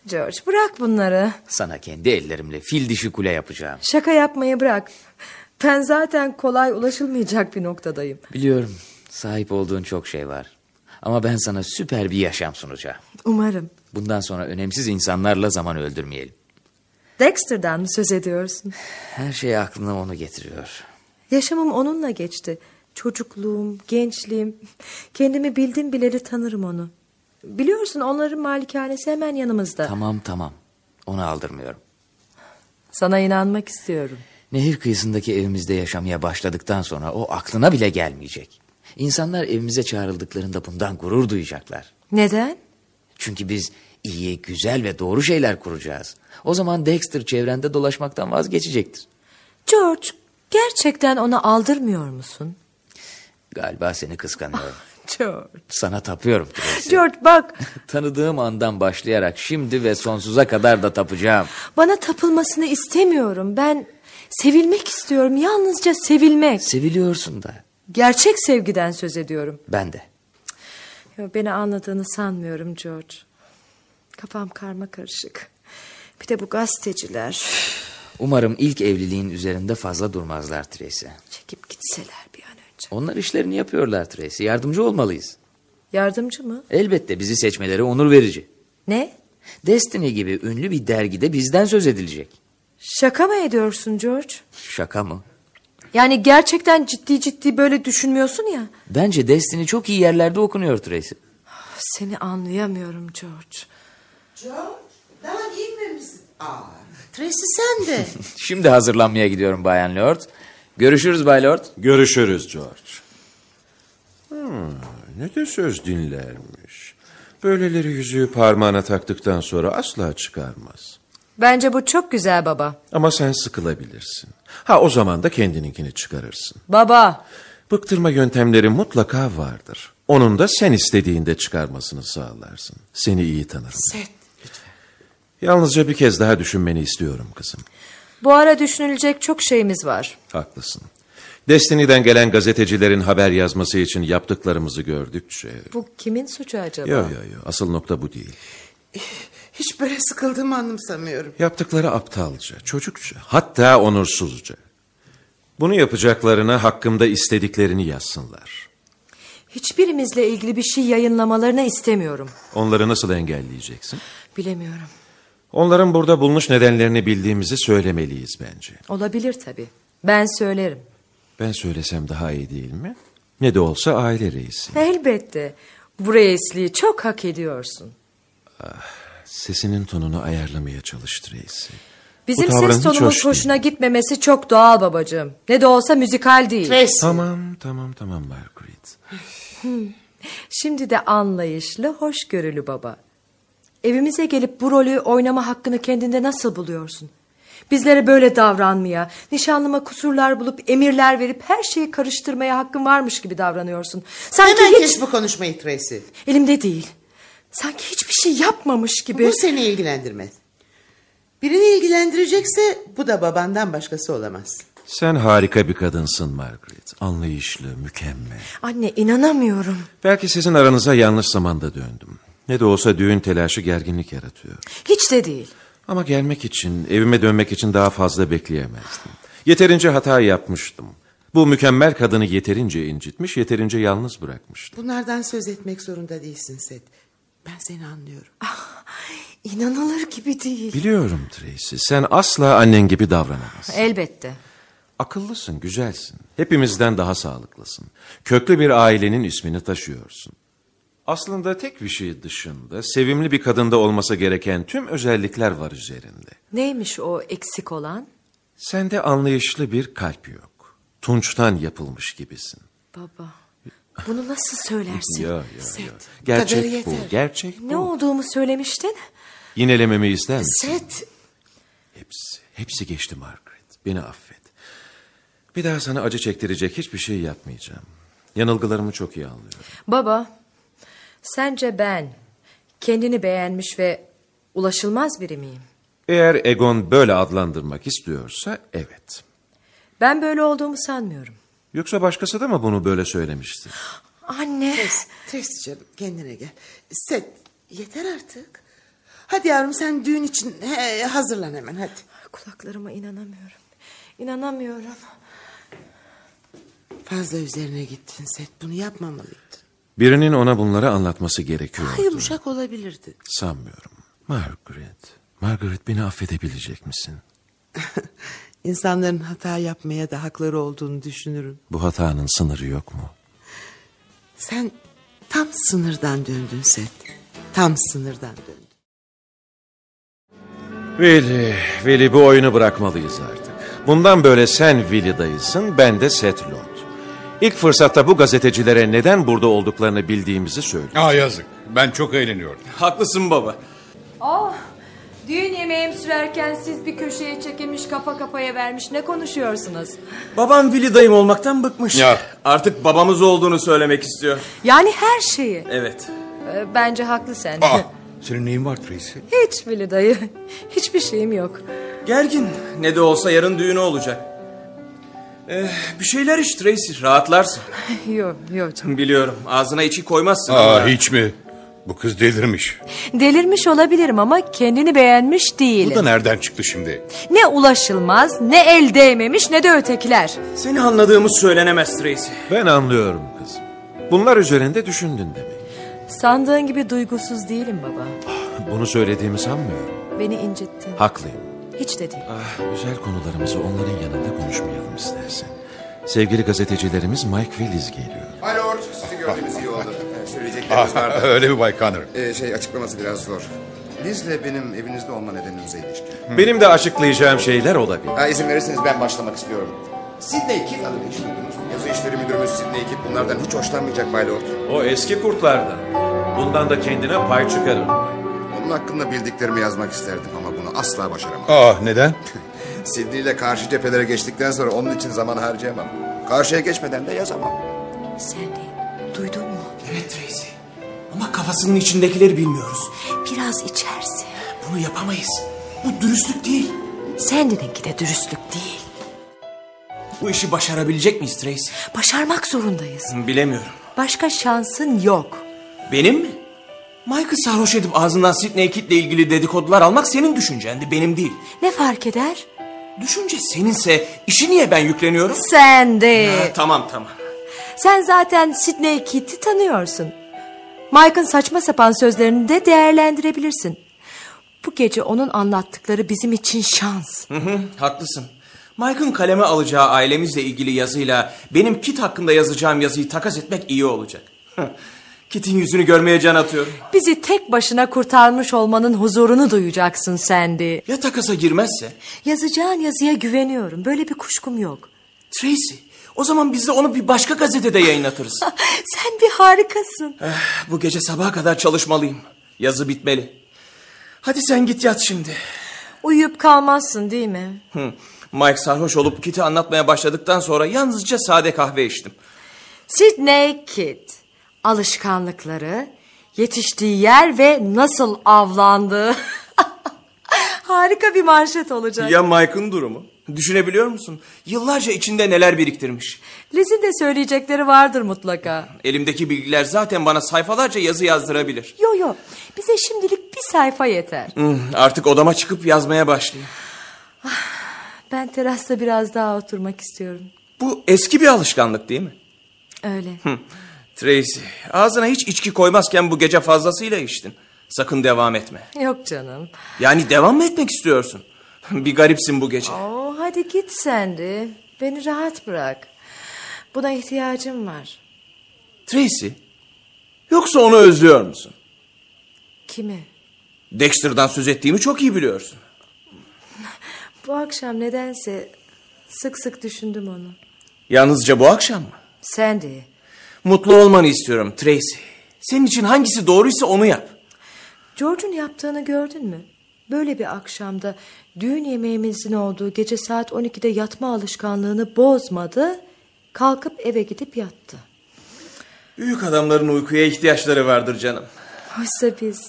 George bırak bunları.
Sana kendi ellerimle fil dişi kule yapacağım.
Şaka yapmayı bırak. Ben zaten kolay ulaşılmayacak bir noktadayım.
Biliyorum sahip olduğun çok şey var. Ama ben sana süper bir yaşam sunacağım.
Umarım.
Bundan sonra önemsiz insanlarla zaman öldürmeyelim.
Dexter'dan mı söz ediyorsun?
Her şey aklına onu getiriyor.
Yaşamım onunla geçti. Çocukluğum, gençliğim. Kendimi bildim bileli tanırım onu. Biliyorsun onların malikanesi hemen yanımızda.
Tamam tamam onu aldırmıyorum.
Sana inanmak istiyorum.
Nehir kıyısındaki evimizde yaşamaya başladıktan sonra o aklına bile gelmeyecek. İnsanlar evimize çağrıldıklarında bundan gurur duyacaklar.
Neden?
Çünkü biz iyi, güzel ve doğru şeyler kuracağız. O zaman Dexter çevrende dolaşmaktan vazgeçecektir.
George, gerçekten ona aldırmıyor musun?
Galiba seni kıskanıyorum.
George.
Sana tapıyorum.
George bak,
Tanıdığım andan başlayarak şimdi ve sonsuza kadar da tapacağım.
bana tapılmasını istemiyorum. Ben sevilmek istiyorum, yalnızca sevilmek.
Seviliyorsun da.
Gerçek sevgiden söz ediyorum.
Ben de.
Yo, beni anladığını sanmıyorum George. Kafam karma karışık. Bir de bu gazeteciler
Umarım ilk evliliğin üzerinde fazla durmazlar Tracy.
çekip gitseler bir an.
Onlar işlerini yapıyorlar Tracy. Yardımcı olmalıyız.
Yardımcı mı?
Elbette bizi seçmeleri onur verici.
Ne?
Destiny gibi ünlü bir dergide bizden söz edilecek.
Şaka mı ediyorsun George?
Şaka mı?
Yani gerçekten ciddi ciddi böyle düşünmüyorsun ya.
Bence Destiny çok iyi yerlerde okunuyor Tracy.
Seni anlayamıyorum George.
George daha giyinmemişsin. Aa, Tracy sen de.
Şimdi hazırlanmaya gidiyorum Bayan Lord. Görüşürüz Bay Lord.
Görüşürüz George. Hmm, ne de söz dinlermiş. Böyleleri yüzüğü parmağına taktıktan sonra asla çıkarmaz.
Bence bu çok güzel baba.
Ama sen sıkılabilirsin. Ha o zaman da kendininkini çıkarırsın.
Baba.
Bıktırma yöntemleri mutlaka vardır. Onun da sen istediğinde çıkarmasını sağlarsın. Seni iyi tanırım.
Set.
Yalnızca bir kez daha düşünmeni istiyorum kızım.
Bu ara düşünülecek çok şeyimiz var.
Haklısın. Destiny'den gelen gazetecilerin haber yazması için yaptıklarımızı gördükçe...
Bu kimin suçu acaba?
Yok yok yok asıl nokta bu değil.
Hiç böyle sıkıldığımı anımsamıyorum.
Yaptıkları aptalca, çocukça, hatta onursuzca. Bunu yapacaklarına hakkımda istediklerini yazsınlar.
Hiçbirimizle ilgili bir şey yayınlamalarını istemiyorum.
Onları nasıl engelleyeceksin?
Bilemiyorum.
Onların burada bulunuş nedenlerini bildiğimizi söylemeliyiz bence.
Olabilir tabii. Ben söylerim.
Ben söylesem daha iyi değil mi? Ne de olsa aile reisi.
Elbette. Bu reisliği çok hak ediyorsun.
Sesinin tonunu ayarlamaya çalıştı reisi. Bu
Bizim
tavrın
ses
hiç hoş
tonumuz
değil.
hoşuna gitmemesi çok doğal babacığım. Ne de olsa müzikal değil.
Tamam tamam tamam Margaret.
Hmm. Şimdi de anlayışlı, hoşgörülü baba. Evimize gelip bu rolü oynama hakkını kendinde nasıl buluyorsun? Bizlere böyle davranmaya, nişanlıma kusurlar bulup emirler verip her şeyi karıştırmaya hakkın varmış gibi davranıyorsun. Sanki
Hemen
hiç
kes bu konuşmayı Tracy.
elimde değil. Sanki hiçbir şey yapmamış gibi.
Bu seni ilgilendirmez. Birini ilgilendirecekse bu da babandan başkası olamaz.
Sen harika bir kadınsın Margaret. Anlayışlı, mükemmel.
Anne inanamıyorum.
Belki sizin aranıza yanlış zamanda döndüm. Ne de olsa düğün telaşı gerginlik yaratıyor.
Hiç de değil.
Ama gelmek için, evime dönmek için daha fazla bekleyemezdim. Yeterince hata yapmıştım. Bu mükemmel kadını yeterince incitmiş, yeterince yalnız bırakmış.
Bunlardan söz etmek zorunda değilsin Seth. Ben seni anlıyorum.
İnanılır Ah, gibi değil.
Biliyorum Tracy, sen asla annen gibi davranamazsın.
Elbette.
Akıllısın, güzelsin. Hepimizden daha sağlıklısın. Köklü bir ailenin ismini taşıyorsun. Aslında tek bir şey dışında sevimli bir kadında olması gereken tüm özellikler var üzerinde.
Neymiş o eksik olan?
Sende anlayışlı bir kalp yok. Tunçtan yapılmış gibisin.
Baba. Bunu nasıl söylersin?
Ya, ya, ya.
Set.
Gerçek Kadarı yeter. bu, gerçek
Ne olduğumu söylemiştin?
Yinelememi ister misin?
Set.
Hepsi, hepsi geçti Margaret. Beni affet. Bir daha sana acı çektirecek hiçbir şey yapmayacağım. Yanılgılarımı çok iyi anlıyorum.
Baba, sence ben kendini beğenmiş ve ulaşılmaz biri miyim?
Eğer Egon böyle adlandırmak istiyorsa evet.
Ben böyle olduğumu sanmıyorum.
Yoksa başkası da mı bunu böyle söylemişti?
Anne.
Tracy, Tracy canım kendine gel. Seth yeter artık. Hadi yavrum sen düğün için he, hazırlan hemen hadi.
Kulaklarıma inanamıyorum. İnanamıyorum.
Fazla üzerine gittin Seth bunu yapmamalıydın.
Birinin ona bunları anlatması gerekiyor.
Daha yumuşak olabilirdin.
Sanmıyorum. Margaret, Margaret beni affedebilecek misin?
İnsanların hata yapmaya da hakları olduğunu düşünürüm.
Bu hatanın sınırı yok mu?
Sen tam sınırdan döndün Seth. Tam sınırdan döndün.
Veli, Veli bu oyunu bırakmalıyız artık. Bundan böyle sen Veli dayısın, ben de Seth Lord. İlk fırsatta bu gazetecilere neden burada olduklarını bildiğimizi söyle.
Aa yazık. Ben çok eğleniyorum.
Haklısın baba.
Oh, düğün yemeğim sürerken siz bir köşeye çekilmiş kafa kafaya vermiş ne konuşuyorsunuz?
Babam Vili dayım olmaktan bıkmış. Artık babamız olduğunu söylemek istiyor.
Yani her şeyi.
Evet.
Ee, Bence haklı sen.
Ah. Senin neyin var Tracy?
Hiç Veli dayı. Hiçbir şeyim yok.
Gergin. Ne de olsa yarın düğünü olacak. Eh, bir şeyler iç Tracy rahatlarsın.
yok yok canım.
Biliyorum ağzına içi koymazsın
Aa
ama.
hiç mi? Bu kız delirmiş.
Delirmiş olabilirim ama kendini beğenmiş değilim.
Bu da nereden çıktı şimdi?
Ne ulaşılmaz, ne el değmemiş, ne de ötekiler.
Seni anladığımız söylenemez Tracy.
Ben anlıyorum kızım. Bunlar üzerinde düşündün demek.
Sandığın gibi duygusuz değilim baba.
Bunu söylediğimi sanmıyorum.
Beni incittin.
Haklıyım. Ah,
Hiç de değil.
Güzel konularımızı onların yanında konuşmayalım istersen. Sevgili gazetecilerimiz Mike ve Liz geliyor.
Ay Lord, sizi gördüğümüz iyi oldu. Ee, Söyleyeceklerimiz
Aa,
vardı.
öyle bir Bay Connor.
Ee, şey açıklaması biraz zor. Liz'le benim evinizde olma nedenimize ilişkin.
Benim de açıklayacağım şeyler olabilir.
Ha, izin verirseniz ben başlamak istiyorum. Sidney Kit adını hiç duydunuz mu? Yazı işleri müdürümüz Sidney Kit bunlardan hiç hoşlanmayacak Bay Lord.
O eski kurtlardan. Bundan da kendine pay çıkarın.
Onun hakkında bildiklerimi yazmak isterdim ama bunu asla başaramadım.
Aa neden?
Sidney ile karşı cephelere geçtikten sonra onun için zaman harcayamam. Karşıya geçmeden de yazamam.
Sen de duydun mu?
Evet Tracy. Ama kafasının içindekileri bilmiyoruz.
Biraz içersin.
Bunu yapamayız. Bu dürüstlük değil.
Sendinki de dürüstlük değil.
Bu işi başarabilecek miyiz Tracy?
Başarmak zorundayız.
Bilemiyorum.
Başka şansın yok.
Benim mi? Mike'ı sarhoş edip ağzından Sidney Kit'le ilgili dedikodular almak senin düşüncendi, benim değil.
Ne fark eder?
Düşünce seninse işi niye ben yükleniyorum?
Sen de.
Ha, tamam tamam.
Sen zaten Sidney Kit'i tanıyorsun. Mike'ın saçma sapan sözlerini de değerlendirebilirsin. Bu gece onun anlattıkları bizim için şans.
Hı hı, haklısın. Mike'ın kaleme alacağı ailemizle ilgili yazıyla benim kit hakkında yazacağım yazıyı takas etmek iyi olacak. Kit'in yüzünü görmeye can atıyorum.
Bizi tek başına kurtarmış olmanın huzurunu duyacaksın Sandy.
Ya takasa girmezse?
Yazacağın yazıya güveniyorum. Böyle bir kuşkum yok.
Tracy, o zaman biz de onu bir başka gazetede yayınlatırız.
Sen bir harikasın.
Eh, Bu gece sabaha kadar çalışmalıyım. Yazı bitmeli. Hadi sen git yat şimdi.
Uyuyup kalmazsın değil mi?
Hı. Mike sarhoş olup Kit'i anlatmaya başladıktan sonra yalnızca sade kahve içtim.
Sidney Kid. Alışkanlıkları, yetiştiği yer ve nasıl avlandığı. Harika bir manşet olacak.
Ya Mike'ın durumu? Düşünebiliyor musun? Yıllarca içinde neler biriktirmiş.
Liz'in de söyleyecekleri vardır mutlaka.
Elimdeki bilgiler zaten bana sayfalarca yazı yazdırabilir.
Yo yo bize şimdilik bir sayfa yeter.
Hı, Artık odama çıkıp yazmaya başlayayım.
Ben terasta biraz daha oturmak istiyorum.
Bu eski bir alışkanlık değil mi?
Öyle.
Hı. Tracy, ağzına hiç içki koymazken bu gece fazlasıyla içtin. Sakın devam etme.
Yok canım.
Yani devam mı etmek istiyorsun? Bir garipsin bu gece.
Oo, hadi git sen de. Beni rahat bırak. Buna ihtiyacım var.
Tracy, yoksa onu özlüyor musun?
Kimi?
Dexter'dan söz ettiğimi çok iyi biliyorsun.
Bu akşam nedense sık sık düşündüm onu.
Yalnızca bu akşam mı?
Sandy,
Mutlu olmanı istiyorum Tracy. Senin için hangisi doğruysa onu yap.
George'un yaptığını gördün mü? Böyle bir akşamda düğün yemeğimizin olduğu gece saat 12'de yatma alışkanlığını bozmadı. Kalkıp eve gidip yattı.
Büyük adamların uykuya ihtiyaçları vardır canım.
Oysa biz.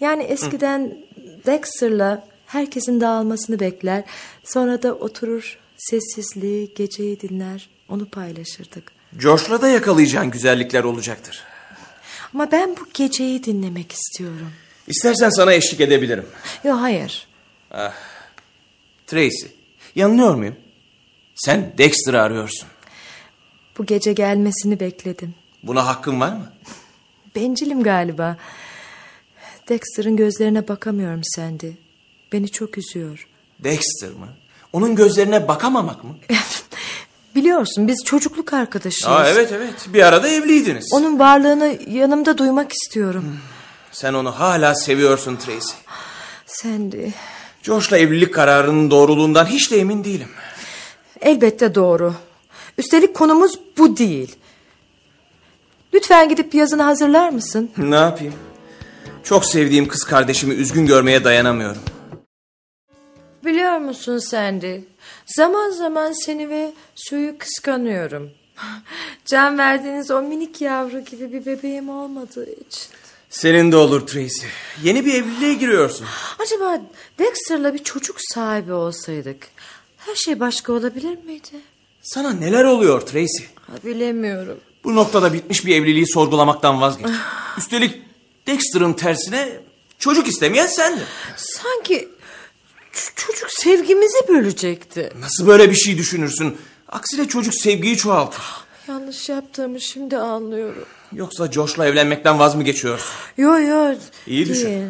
Yani eskiden Dexter'la herkesin dağılmasını bekler. Sonra da oturur sessizliği, geceyi dinler. Onu paylaşırdık.
George'la da yakalayacağın güzellikler olacaktır.
Ama ben bu geceyi dinlemek istiyorum.
İstersen sana eşlik edebilirim.
Yok hayır.
Ah. Tracy, yanılıyor muyum? Sen Dexter'ı arıyorsun.
Bu gece gelmesini bekledim.
Buna hakkın var mı?
Bencilim galiba. Dexter'ın gözlerine bakamıyorum Sandy. Beni çok üzüyor.
Dexter mı? Onun gözlerine bakamamak mı?
Biliyorsun biz çocukluk arkadaşıyız.
Aa, evet evet. Bir arada evliydiniz. Hmm.
Onun varlığını yanımda duymak istiyorum.
Sen onu hala seviyorsun Tracy.
Sandy.
George'la evlilik kararının doğruluğundan hiç de emin değilim.
Elbette doğru. Üstelik konumuz bu değil. Lütfen gidip yazını hazırlar mısın?
Ne yapayım? Çok sevdiğim kız kardeşimi üzgün görmeye dayanamıyorum.
Biliyor musun Sandy? Zaman zaman seni ve suyu kıskanıyorum. Can verdiğiniz o minik yavru gibi bir bebeğim olmadığı için.
Senin de olur Tracy. Yeni bir evliliğe giriyorsun.
Acaba Dexter'la bir çocuk sahibi olsaydık her şey başka olabilir miydi?
Sana neler oluyor Tracy?
Ha, Bilemiyorum.
Bu noktada bitmiş bir evliliği sorgulamaktan vazgeç. Üstelik Dexter'ın tersine çocuk istemeyen sendin.
Sanki ç- çocuk sevgimizi bölecekti.
Nasıl böyle bir şey düşünürsün? Aksine çocuk sevgiyi çoğaltır.
Yanlış yaptığımı şimdi anlıyorum.
Yoksa Josh'la evlenmekten vaz mı geçiyorsun?
Yo yo.
İyi düşün.
değil.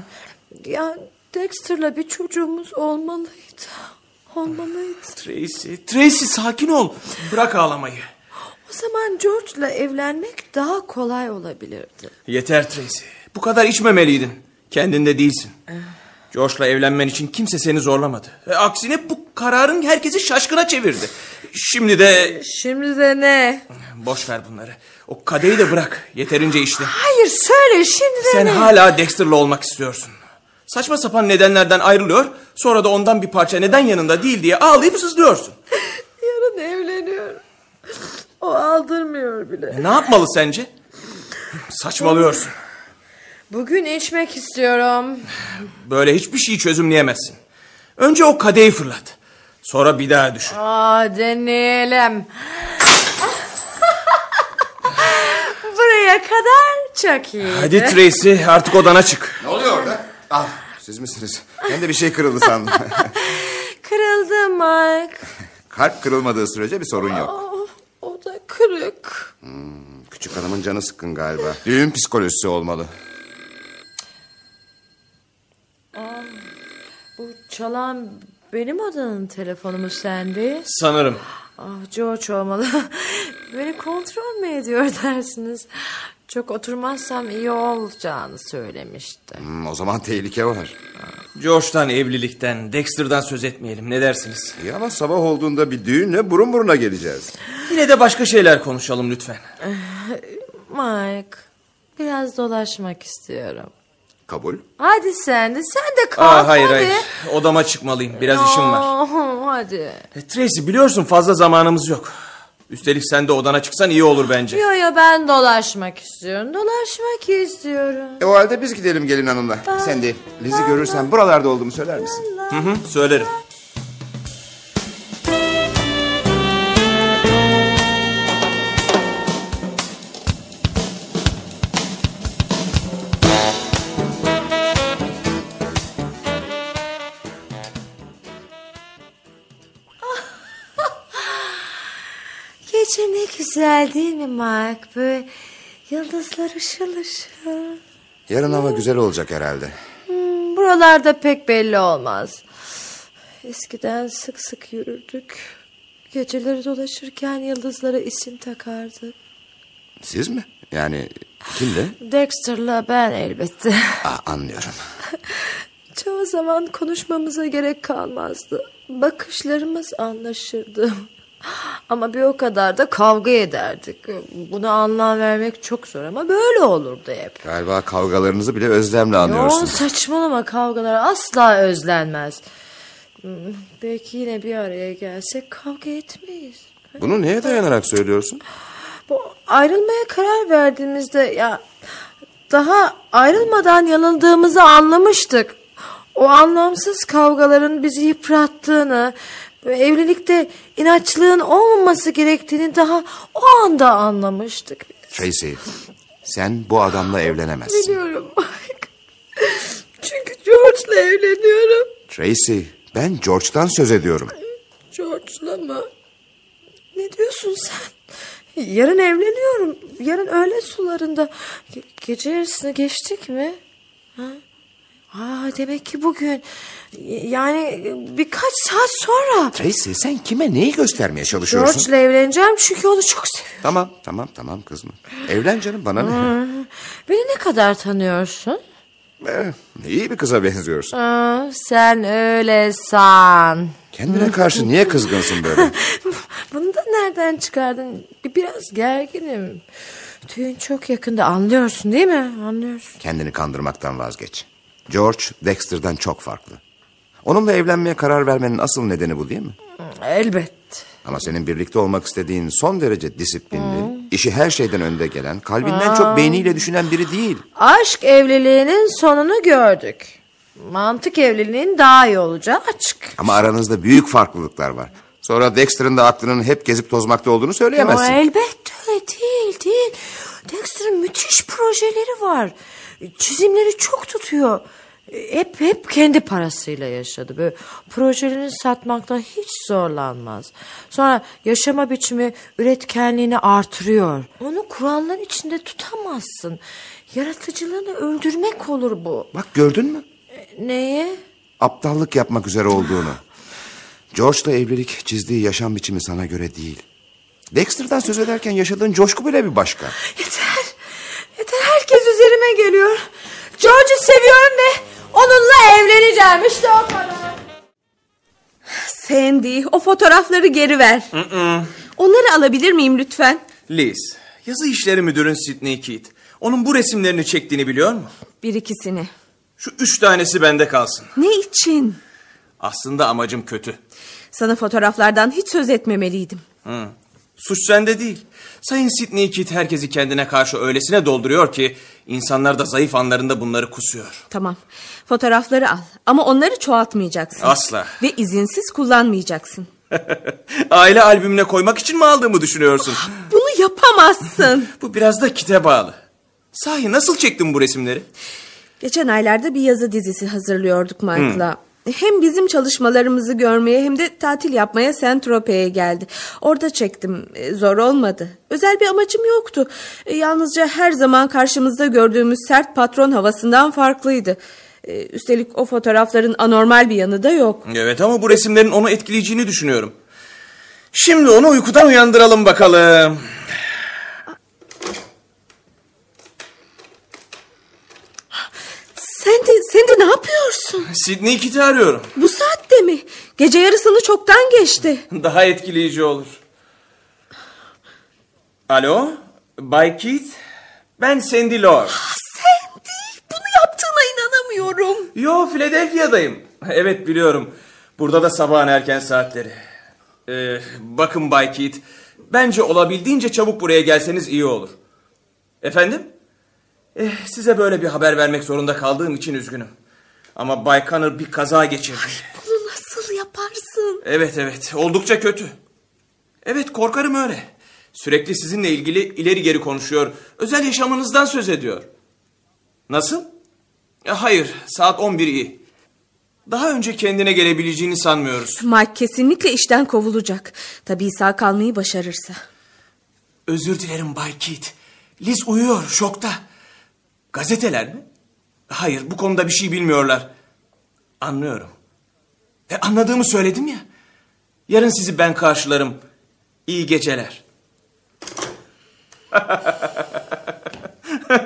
Ya Dexter'la bir çocuğumuz olmalıydı. Olmalıydı.
Tracy, Tracy sakin ol. Bırak ağlamayı.
O zaman George'la evlenmek daha kolay olabilirdi.
Yeter Tracy. Bu kadar içmemeliydin. Kendinde değilsin. Josh'la evlenmen için kimse seni zorlamadı. E, aksine bu kararın herkesi şaşkına çevirdi. Şimdi de...
Şimdi de ne?
Boş ver bunları. O kadeyi de bırak. Yeterince içtin.
Hayır söyle şimdi de
Sen
ne?
hala Dexter'la olmak istiyorsun. Saçma sapan nedenlerden ayrılıyor. Sonra da ondan bir parça neden yanında değil diye ağlayıp sızlıyorsun.
Yarın evleniyorum. O aldırmıyor bile.
E, ne yapmalı sence? Saçmalıyorsun.
Bugün içmek istiyorum.
Böyle hiçbir şeyi çözümleyemezsin. Önce o kadeyi fırlat. Sonra bir daha düşün.
Aa deneyelim. Buraya kadar çok iyi.
Hadi Tracy artık odana çık.
Ne oluyor orada? Ah siz misiniz? Ben de bir şey kırıldı sandım.
Kırıldı Mike.
Kalp kırılmadığı sürece bir sorun yok. Hmm,
Aa, o da kırık.
Küçük hanımın canı sıkkın galiba. Düğün psikolojisi olmalı.
Aa, bu Ah, çalan Benim odanın telefonu mu sende?
Sanırım.
Ah George olmalı. Beni kontrol mü ediyor dersiniz? Çok oturmazsam iyi olacağını söylemişti.
Hmm, o zaman tehlike var.
Josh'tan, evlilikten, Dexter'dan söz etmeyelim. Ne dersiniz?
İyi ama sabah olduğunda bir düğünle burun buruna geleceğiz.
Yine de başka şeyler konuşalım lütfen.
Mike, biraz dolaşmak istiyorum.
Kabul.
Hadi sen de, sen de kalk
Aa, hayır
hadi.
hayır. Odama çıkmalıyım. Biraz işim var.
Oh, Hadi.
E, Tracy biliyorsun fazla zamanımız yok. Üstelik sen de odana çıksan iyi olur bence.
Yo yo ben dolaşmak istiyorum. Dolaşmak istiyorum.
E, o halde biz gidelim gelin hanımla. Sen de Liz'i görürsen buralarda olduğumu söyler misin?
Hı hı söylerim.
Gece ne güzel değil mi Mike? Böyle yıldızlar ışıl ışıl.
Yarın hava güzel olacak herhalde.
Hmm, buralarda pek belli olmaz. Eskiden sık sık yürürdük. Geceleri dolaşırken yıldızlara isim takardık.
Siz mi? Yani kimle?
Dexter'la ben elbette.
Aa, anlıyorum.
Çoğu zaman konuşmamıza gerek kalmazdı. Bakışlarımız anlaşırdı. Ama bir o kadar da kavga ederdik. Buna anlam vermek çok zor ama böyle olurdu hep.
Galiba kavgalarınızı bile özlemle
Yo,
anlıyorsunuz.
saçmalama kavgalar asla özlenmez. Hmm, Belki yine bir araya gelsek kavga etmeyiz.
Bunu neye dayanarak söylüyorsun?
Bu ayrılmaya karar verdiğimizde ya daha ayrılmadan yanıldığımızı anlamıştık. O anlamsız kavgaların bizi yıprattığını, evlilikte inatçılığın olmaması gerektiğini daha o anda anlamıştık.
Tracy, sen bu adamla evlenemezsin.
Biliyorum Mike. Çünkü George'la evleniyorum.
Tracy, ben George'dan söz ediyorum.
George'la mı? Ne diyorsun sen? Yarın evleniyorum. Yarın öğle sularında. Ge- gece yarısını geçtik mi? Ha? Aa, demek ki bugün. Y- Yani birkaç saat sonra.
Tracy, sen kime neyi göstermeye çalışıyorsun?
George'la evleneceğim çünkü onu çok seviyorum.
Tamam, tamam, tamam kızma. Evlen canım, bana ne?
Hı. Beni ne kadar tanıyorsun?
Eh, İyi bir kıza benziyorsun.
Aa, sen öyle san.
Kendine karşı niye kızgınsın böyle?
Bunu da nereden çıkardın? Bir- Biraz gerginim. Düğün çok yakında anlıyorsun değil mi? Anlıyorsun.
Kendini kandırmaktan vazgeç. George, Dexter'dan çok farklı. Onunla evlenmeye karar vermenin asıl nedeni bu değil mi?
Elbet.
Ama senin birlikte olmak istediğin son derece disiplinli, işi her şeyden önde gelen, kalbinden
Aa.
çok beyniyle düşünen biri değil.
Aşk evliliğinin sonunu gördük. Mantık evliliğinin daha iyi olacağı açık.
Ama aranızda büyük farklılıklar var. Sonra Dexter'ın da aklının hep gezip tozmakta olduğunu söyleyemezsin.
Yo, elbette öyle değil değil. Dexter'ın müthiş projeleri var. Çizimleri çok tutuyor. Hep hep kendi parasıyla yaşadı. Böyle projelerini satmakta hiç zorlanmaz. Sonra yaşama biçimi üretkenliğini artırıyor. Onu kurallar içinde tutamazsın. Yaratıcılığını öldürmek olur bu.
Bak gördün mü?
Neye?
Aptallık yapmak üzere olduğunu. George'la evlilik çizdiği yaşam biçimi sana göre değil. Dexter'dan söz ederken yaşadığın coşku bile bir başka.
Yeter herkes üzerime geliyor. George'u seviyorum ve onunla evleneceğim. İşte o kadar.
Sandy o fotoğrafları geri ver.
Mm-mm.
Onları alabilir miyim lütfen?
Liz, yazı işleri müdürün Sidney Keat. Onun bu resimlerini çektiğini biliyor mu?
Bir ikisini.
Şu üç tanesi bende kalsın.
Ne için?
Aslında amacım kötü.
Sana fotoğraflardan hiç söz etmemeliydim.
Hı. Suç sende değil. Sayın Sidney Keat herkesi kendine karşı öylesine dolduruyor ki... ...insanlar da zayıf anlarında bunları kusuyor.
Tamam. Fotoğrafları al ama onları çoğaltmayacaksın.
Asla.
Ve izinsiz kullanmayacaksın.
Aile albümüne koymak için mi aldığımı düşünüyorsun?
Bunu yapamazsın.
Bu biraz da kite bağlı. Sahi nasıl çektin bu resimleri?
Geçen aylarda bir yazı dizisi hazırlıyorduk Mike'la. Hem bizim çalışmalarımızı görmeye hem de tatil yapmaya Sentrope'ye geldi. Orada çektim. E, Zor olmadı. Özel bir amacım yoktu. E, Yalnızca her zaman karşımızda gördüğümüz sert patron havasından farklıydı. E, Üstelik o fotoğrafların anormal bir yanı da yok.
Evet ama bu resimlerin onu etkileyeceğini düşünüyorum. Şimdi onu uykudan uyandıralım bakalım.
Sen de, sen de ne yapıyorsun?
Sidney Kit'i arıyorum.
Bu saatte mi? Gece yarısını çoktan geçti.
Daha etkileyici olur. Alo? Bay Keith? Ben Sandy Lord.
Bunu yaptığına inanamıyorum.
Yo Philadelphia'dayım. Evet biliyorum. Burada da sabahın erken saatleri. Ee, bakın Bay Keith. Bence olabildiğince çabuk buraya gelseniz iyi olur. Efendim? Eh, size böyle bir haber vermek zorunda kaldığım için üzgünüm. Ama Bay Connor bir kaza geçirdi.
Bunu nasıl yaparsın?
Evet evet oldukça kötü. Evet korkarım öyle. Sürekli sizinle ilgili ileri geri konuşuyor. Özel yaşamınızdan söz ediyor. Nasıl? E, hayır saat 11 iyi. Daha önce kendine gelebileceğini sanmıyoruz.
Mike kesinlikle işten kovulacak. Tabii sağ kalmayı başarırsa.
Özür dilerim Bay Keith. Liz uyuyor şokta. Gazeteler mi? Hayır bu konuda bir şey bilmiyorlar. Anlıyorum. E, anladığımı söyledim ya. Yarın sizi ben karşılarım. İyi geceler.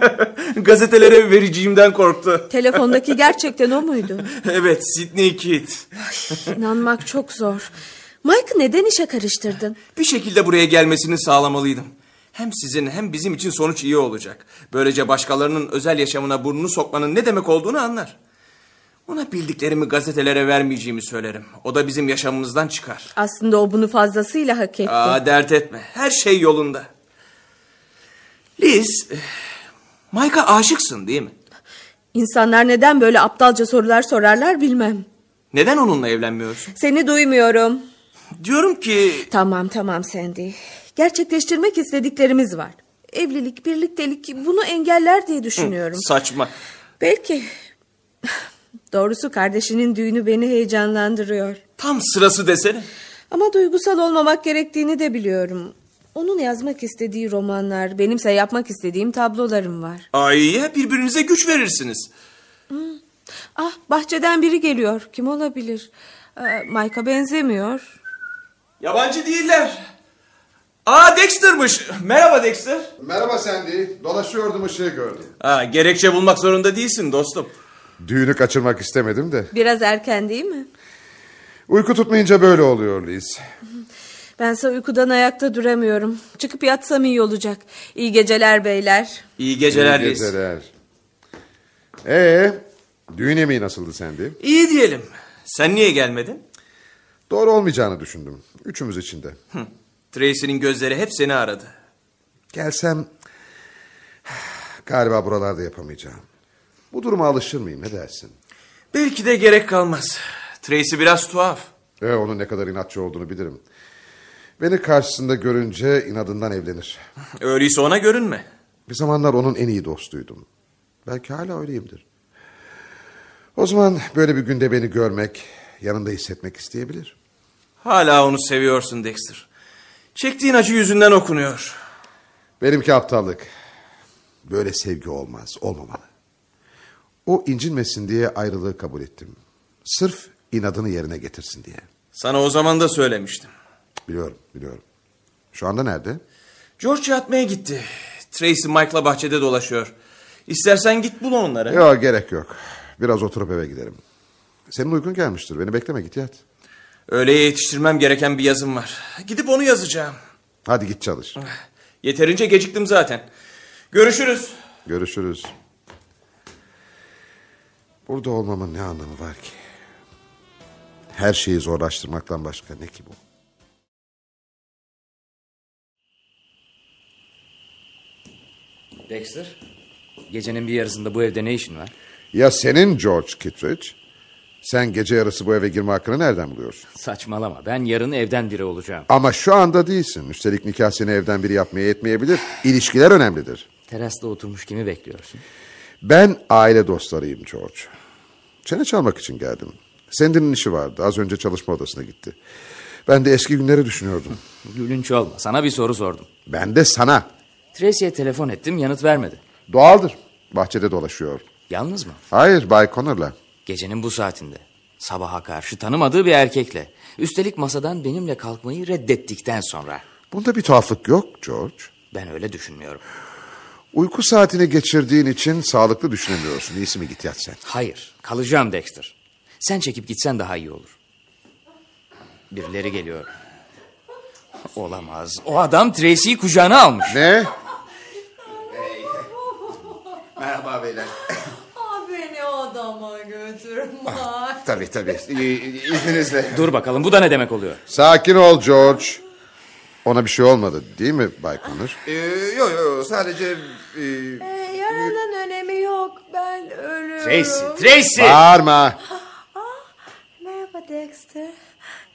Gazetelere vereceğimden korktu.
Telefondaki gerçekten o muydu?
Evet Sidney Keith.
İnanmak çok zor. Mike'ı neden işe karıştırdın?
Bir şekilde buraya gelmesini sağlamalıydım. Hem sizin hem bizim için sonuç iyi olacak. Böylece başkalarının özel yaşamına burnunu sokmanın ne demek olduğunu anlar. Ona bildiklerimi gazetelere vermeyeceğimi söylerim. O da bizim yaşamımızdan çıkar.
Aslında o bunu fazlasıyla hak etti.
Aa, dert etme. Her şey yolunda. Liz, eh, Mike'a aşıksın değil mi?
İnsanlar neden böyle aptalca sorular sorarlar bilmem.
Neden onunla evlenmiyorsun?
Seni duymuyorum.
Diyorum ki...
Tamam tamam Sandy. Gerçekleştirmek istediklerimiz var. Evlilik, birliktelik bunu engeller diye düşünüyorum.
Saçma.
Belki. Doğrusu kardeşinin düğünü beni heyecanlandırıyor.
Tam sırası desene.
Ama duygusal olmamak gerektiğini de biliyorum. Onun yazmak istediği romanlar, benimse yapmak istediğim tablolarım var.
Ay ya birbirinize güç verirsiniz.
Ah bahçeden biri geliyor. Kim olabilir? Ee, Mike'a benzemiyor.
Yabancı değiller. Aa Dexter'mış. Merhaba Dexter.
Merhaba Sandy. Dolaşıyordum ışığı gördüm.
Ha, gerekçe bulmak zorunda değilsin dostum.
Düğünü kaçırmak istemedim de.
Biraz erken değil mi?
Uyku tutmayınca böyle oluyor Liz.
Bense uykudan ayakta duramıyorum. Çıkıp yatsam iyi olacak. İyi geceler beyler.
İyi geceler
İyi
Liz.
geceler. Ee, düğün yemeği nasıldı Sandy?
İyi diyelim. Sen niye gelmedin?
Doğru olmayacağını düşündüm. Üçümüz içinde.
Hı. Tracy'nin gözleri hep seni aradı.
Gelsem galiba buralarda yapamayacağım. Bu duruma alışır mıyım ne dersin?
Belki de gerek kalmaz. Tracy biraz tuhaf.
Ee, onun ne kadar inatçı olduğunu bilirim. Beni karşısında görünce inadından evlenir.
Öyleyse ona görünme.
Bir zamanlar onun en iyi dostuydum. Belki hala öyleyimdir. O zaman böyle bir günde beni görmek, yanında hissetmek isteyebilir.
Hala onu seviyorsun Dexter. Çektiğin acı yüzünden okunuyor.
Benimki aptallık. Böyle sevgi olmaz, olmamalı. O incinmesin diye ayrılığı kabul ettim. Sırf inadını yerine getirsin diye.
Sana o zaman da söylemiştim.
Biliyorum, biliyorum. Şu anda nerede?
George yatmaya gitti. Tracy Mike'la bahçede dolaşıyor. İstersen git bul onları.
Yok gerek yok. Biraz oturup eve giderim. Senin uykun gelmiştir. Beni bekleme git yat.
Öğleye yetiştirmem gereken bir yazım var. Gidip onu yazacağım.
Hadi git çalış.
Yeterince geciktim zaten. Görüşürüz.
Görüşürüz. Burada olmamın ne anlamı var ki? Her şeyi zorlaştırmaktan başka ne ki bu?
Dexter, gecenin bir yarısında bu evde ne işin var?
Ya senin George Kittredge? Sen gece yarısı bu eve girme hakkını nereden buluyorsun?
Saçmalama, ben yarın evden biri olacağım.
Ama şu anda değilsin. Üstelik nikah seni evden biri yapmaya yetmeyebilir. İlişkiler önemlidir.
Terasta oturmuş kimi bekliyorsun?
Ben aile dostlarıyım George. Çene çalmak için geldim. Sendinin işi vardı. Az önce çalışma odasına gitti. Ben de eski günleri düşünüyordum.
Gülünç olma, sana bir soru sordum.
Ben de sana.
Tracy'ye telefon ettim, yanıt vermedi.
Doğaldır. Bahçede dolaşıyor.
Yalnız mı?
Hayır Bay Connor'la.
Gecenin bu saatinde. Sabaha karşı tanımadığı bir erkekle. Üstelik masadan benimle kalkmayı reddettikten sonra.
Bunda bir tuhaflık yok George.
Ben öyle düşünmüyorum.
Uyku saatini geçirdiğin için sağlıklı düşünemiyorsun. İyisi mi git yat sen?
Hayır, kalacağım Dexter. Sen çekip gitsen daha iyi olur. Birileri geliyor. Olamaz. O adam Tracy'yi kucağına almış.
Ne?
Merhaba beyler.
Ah beni odama götür Mike.
Tabii tabii. İ- İzninizle.
Dur bakalım bu da ne demek oluyor?
Sakin ol George. Ona bir şey olmadı değil mi Bay Connor?
Ee, yo yo sadece... e,
Yaranın önemi yok. Ben ölürüm.
Bağırma.
Merhaba Dexter.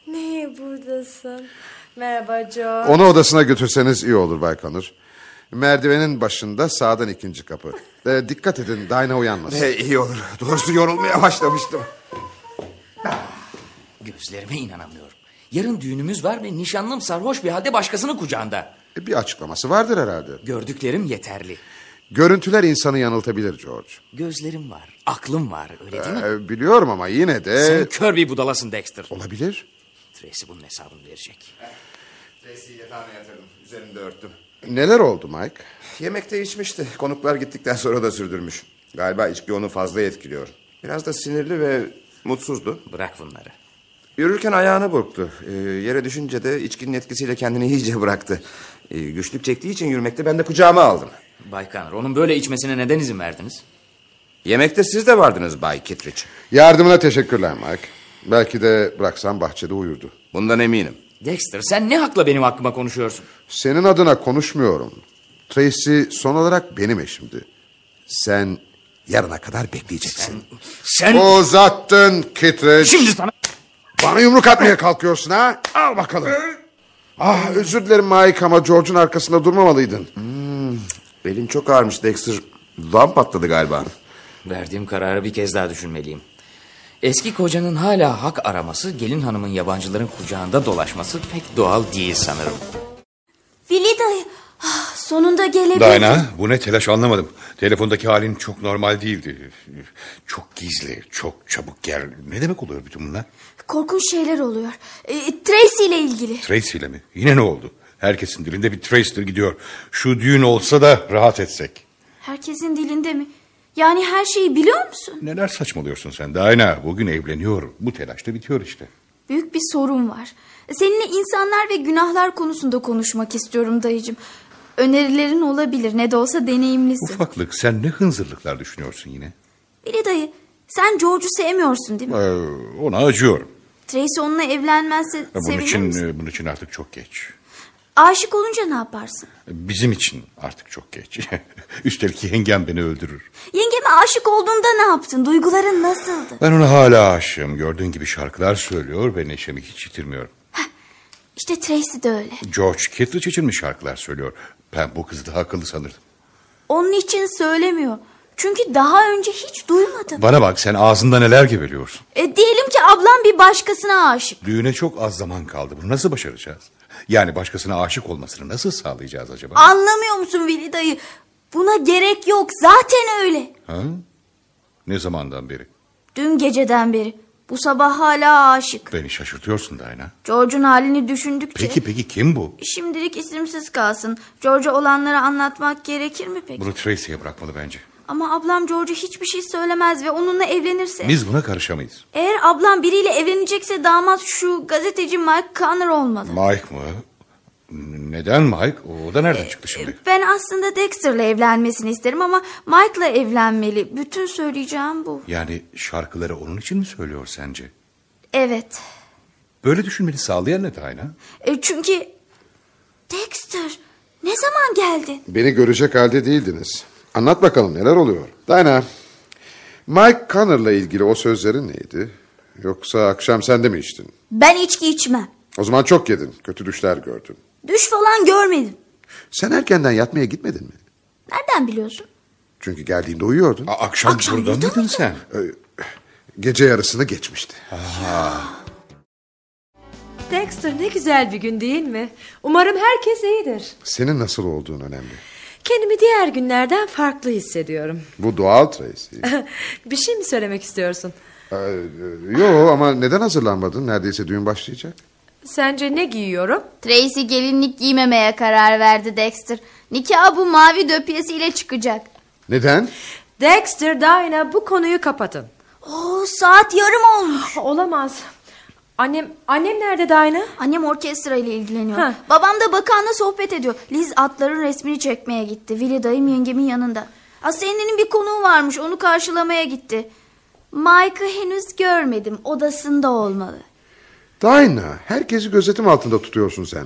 Niye buradasın? Merhaba George.
Onu odasına götürseniz iyi olur Bay Connor. Merdivenin başında sağdan ikinci kapı. Ee, dikkat edin Dayna uyanmasın.
Ee, iyi olur. Doğrusu yorulmaya başlamıştım.
Gözlerime inanamıyorum. Yarın düğünümüz var ve nişanlım sarhoş bir halde başkasının kucağında.
E, Bir açıklaması vardır herhalde.
Gördüklerim yeterli.
Görüntüler insanı yanıltabilir George.
Gözlerim var, aklım var öyle değil mi?
Ee, biliyorum ama yine de...
Sen kör bir budalasın Dexter.
Olabilir.
Tracy bunun hesabını verecek.
Tracy'yi yatağına yatırdım. Üzerinde örttüm.
Neler oldu Mike?
Yemekte içmişti. Konuklar gittikten sonra da sürdürmüş. Galiba içki onu fazla etkiliyor. Biraz da sinirli ve mutsuzdu.
Bırak bunları.
Yürürken ayağını burktu. Ee, yere düşünce de içkinin etkisiyle kendini iyice bıraktı. Ee, güçlük çektiği için yürümekte ben de kucağıma aldım.
Bay Connor onun böyle içmesine neden izin verdiniz?
Yemekte siz de vardınız Bay Kittredge.
Yardımına teşekkürler Mike. Belki de bıraksan bahçede uyurdu.
Bundan eminim.
Dexter sen ne hakla benim hakkıma konuşuyorsun?
Senin adına konuşmuyorum. Tracy son olarak benim eşimdi. Sen yarına kadar bekleyeceksin.
Sen...
Uzattın Kittredge.
Şimdi sana...
Bana yumruk atmaya kalkıyorsun ha? Al bakalım. Ah özür dilerim Mike ama George'un arkasında durmamalıydın.
Hmm, Belin çok ağrımış Dexter. Dudağım patladı galiba.
Verdiğim kararı bir kez daha düşünmeliyim. Eski kocanın hala hak araması, gelin hanımın yabancıların kucağında dolaşması pek doğal değil sanırım.
Fili dayı ah, sonunda gelebildin.
Dayna bu ne telaş anlamadım. Telefondaki halin çok normal değildi. Çok gizli, çok çabuk gel. Ne demek oluyor bütün bunlar?
Korkunç şeyler oluyor. Ee, Tracy ile ilgili.
Tracy ile mi? Yine ne oldu? Herkesin dilinde bir Tracy'dir gidiyor. Şu düğün olsa da rahat etsek.
Herkesin dilinde mi? Yani her şeyi biliyor musun?
Neler saçmalıyorsun sen Dayna? Bugün evleniyor. Bu telaş da bitiyor işte.
Büyük bir sorun var. Seninle insanlar ve günahlar konusunda konuşmak istiyorum dayıcım. Önerilerin olabilir. Ne de olsa deneyimlisin.
Ufaklık sen ne hınzırlıklar düşünüyorsun yine.
Billy dayı sen George'u sevmiyorsun değil mi?
Ee, ona acıyorum.
Tracy onunla evlenmezse
Bunun
sevinir
için, e,
misin?
bunun için artık çok geç.
Aşık olunca ne yaparsın?
Bizim için artık çok geç. Üstelik yengem beni öldürür.
Yengeme aşık olduğunda ne yaptın? Duyguların nasıldı?
Ben ona hala aşığım. Gördüğün gibi şarkılar söylüyor ve neşemi hiç yitirmiyorum.
İşte Tracy de öyle.
George Kittredge için mi şarkılar söylüyor? Ben bu kızı daha akıllı sanırdım.
Onun için söylemiyor. Çünkü daha önce hiç duymadım.
Bana bak sen ağzında neler geveliyorsun.
E, diyelim ki ablam bir başkasına aşık.
Düğüne çok az zaman kaldı. Bunu nasıl başaracağız? Yani başkasına aşık olmasını nasıl sağlayacağız acaba?
Anlamıyor musun Veli dayı? Buna gerek yok. Zaten öyle.
Ha? Ne zamandan beri?
Dün geceden beri. Bu sabah hala aşık.
Beni şaşırtıyorsun Dayna.
George'un halini düşündükçe...
Peki peki kim bu?
Şimdilik isimsiz kalsın. George'a olanları anlatmak gerekir mi peki?
Bunu Tracy'ye bırakmalı bence.
Ama ablam George'a hiçbir şey söylemez ve onunla evlenirse...
Biz buna karışamayız.
Eğer ablam biriyle evlenecekse damat şu gazeteci Mike Connor olmalı.
Mike mı? Neden Mike? O da nereden çıktı şimdi?
Ben aslında Dexter'la evlenmesini isterim ama Mike'la evlenmeli. Bütün söyleyeceğim bu.
Yani şarkıları onun için mi söylüyor sence?
Evet.
Böyle düşünmeni sağlayan ne Dayna?
E, çünkü... Dexter ne zaman geldin?
Beni görecek halde değildiniz. Anlat bakalım neler oluyor. Dayna, Mike Connor'la ilgili o sözlerin neydi? Yoksa akşam sen de mi içtin?
Ben içki içmem.
O zaman çok yedin, kötü düşler gördün.
Düş falan görmedim.
Sen erkenden yatmaya gitmedin mi?
Nereden biliyorsun?
Çünkü geldiğinde uyuyordun. Ee,
akşam, burada mıydın sen?
Gece yarısını geçmişti.
Dexter ne güzel bir gün değil mi? Umarım herkes iyidir.
Senin nasıl olduğun önemli.
Kendimi diğer günlerden farklı hissediyorum.
Bu doğal Tracy.
Bir şey mi söylemek istiyorsun?
Ee, Yo ama neden hazırlanmadın? Neredeyse düğün başlayacak.
Sence ne giyiyorum?
Tracy gelinlik giymemeye karar verdi Dexter. Nikah bu mavi döpiyesiyle çıkacak.
Neden?
Dexter, Dinah bu konuyu kapatın.
Oo saat yarım olmuş.
Ah, Olamaz. Annem annem nerede Dayna?
Annem orkestra ile ilgileniyor.
Ha.
Babam da bakanla sohbet ediyor. Liz atların resmini çekmeye gitti. Willy dayım yengemin yanında. Asiye'nin bir konuğu varmış. Onu karşılamaya gitti. Mike'ı henüz görmedim. Odasında olmalı.
Dayna, herkesi gözetim altında tutuyorsun sen.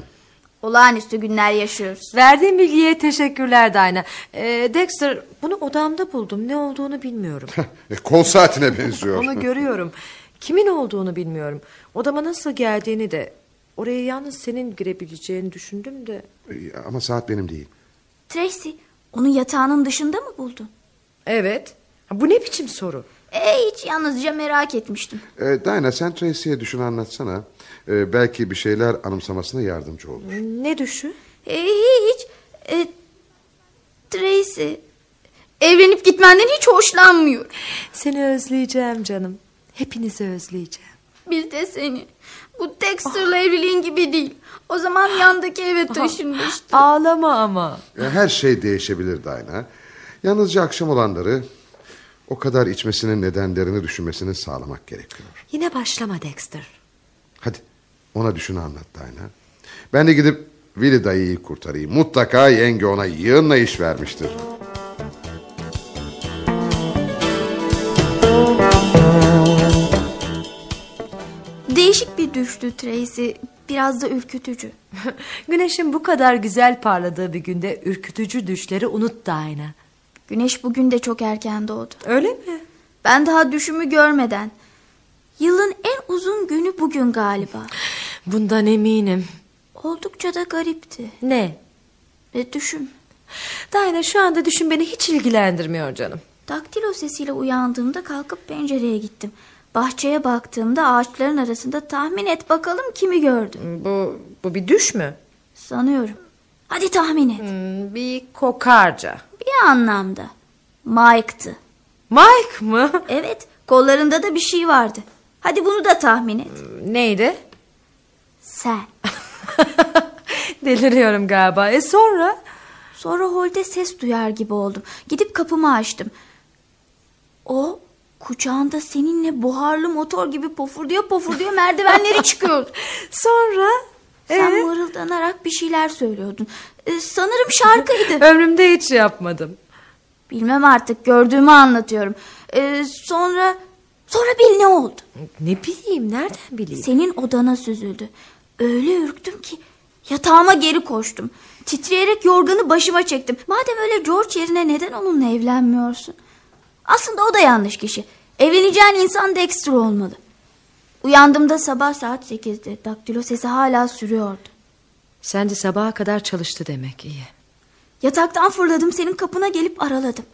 Olağanüstü günler yaşıyoruz.
Verdiğin bilgiye teşekkürler Dayna. Ee, Dexter bunu odamda buldum. Ne olduğunu bilmiyorum.
E, kol saatine benziyor.
Onu görüyorum. Kimin olduğunu bilmiyorum. Odama nasıl geldiğini de. Oraya yalnız senin girebileceğini düşündüm de.
E, Ama saat benim değil.
Tracy onu yatağının dışında mı buldun?
Evet. Bu ne biçim soru?
E, hiç yalnızca merak etmiştim.
E, Dayna sen Tracy'ye düşün anlatsana. E, belki bir şeyler anımsamasına yardımcı olur.
Ne düşü?
E, hiç. E, Tracy evlenip gitmenden hiç hoşlanmıyor.
Seni özleyeceğim canım. Hepinizi özleyeceğim.
Bir de seni. Bu
Ah.
Dexter'la evliliğin gibi değil. O zaman yandaki eve taşınmıştı.
Ağlama ama.
E, her şey değişebilir Dayna. Yalnızca akşam olanları o kadar içmesinin nedenlerini düşünmesini sağlamak gerekiyor.
Yine başlama Dexter.
Hadi ona düşün anlat Dayna. Ben de gidip Willy dayıyı kurtarayım. Mutlaka yenge ona yığınla iş vermiştir.
Değişik bir düştü Tracy. Biraz da ürkütücü.
Güneşin bu kadar güzel parladığı bir günde ürkütücü düşleri unut da ayna.
Güneş bugün de çok erken doğdu.
Öyle mi?
Ben daha düşümü görmeden. Yılın en uzun günü bugün galiba.
Bundan eminim.
Oldukça da garipti.
Ne?
Ve düşüm.
Dayna E, şu anda düşün beni hiç ilgilendirmiyor canım.
Daktilo sesiyle uyandığımda kalkıp pencereye gittim. Bahçeye baktığımda ağaçların arasında tahmin et bakalım kimi gördüm.
Hmm, Bu, bu bir düş mü? Hmm,
Sanıyorum. Hadi tahmin et.
Bir kokarca.
Bir anlamda. Mike'tı.
Mike mı?
Evet. Kollarında da bir şey vardı. Hadi bunu da tahmin et.
Hmm, Neydi?
Sen.
Deliriyorum galiba. E sonra?
Sonra holde ses duyar gibi oldum. Gidip kapımı açtım. O kucağında seninle buharlı motor gibi pofurduyor pofurduyor merdivenleri çıkıyordu.
Sonra?
Sen
Ee?
mırıldanarak bir şeyler söylüyordun. Ee, sanırım şarkıydı.
Ömrümde hiç yapmadım.
Bilmem artık gördüğümü anlatıyorum. Ee, sonra sonra bil ne oldu?
Ne bileyim nereden bileyim?
Senin odana süzüldü. Öyle ürktüm ki yatağıma geri koştum. Titreyerek yorganı başıma çektim. Madem öyle George yerine neden onunla evlenmiyorsun? Aslında o da yanlış kişi. Evleneceğin insan Dexter olmalı. Uyandığımda sabah saat 8'di. Daktilo sesi hala sürüyordu.
Sen de sabaha kadar çalıştı demek iyi.
Yataktan fırladım senin kapına gelip araladım.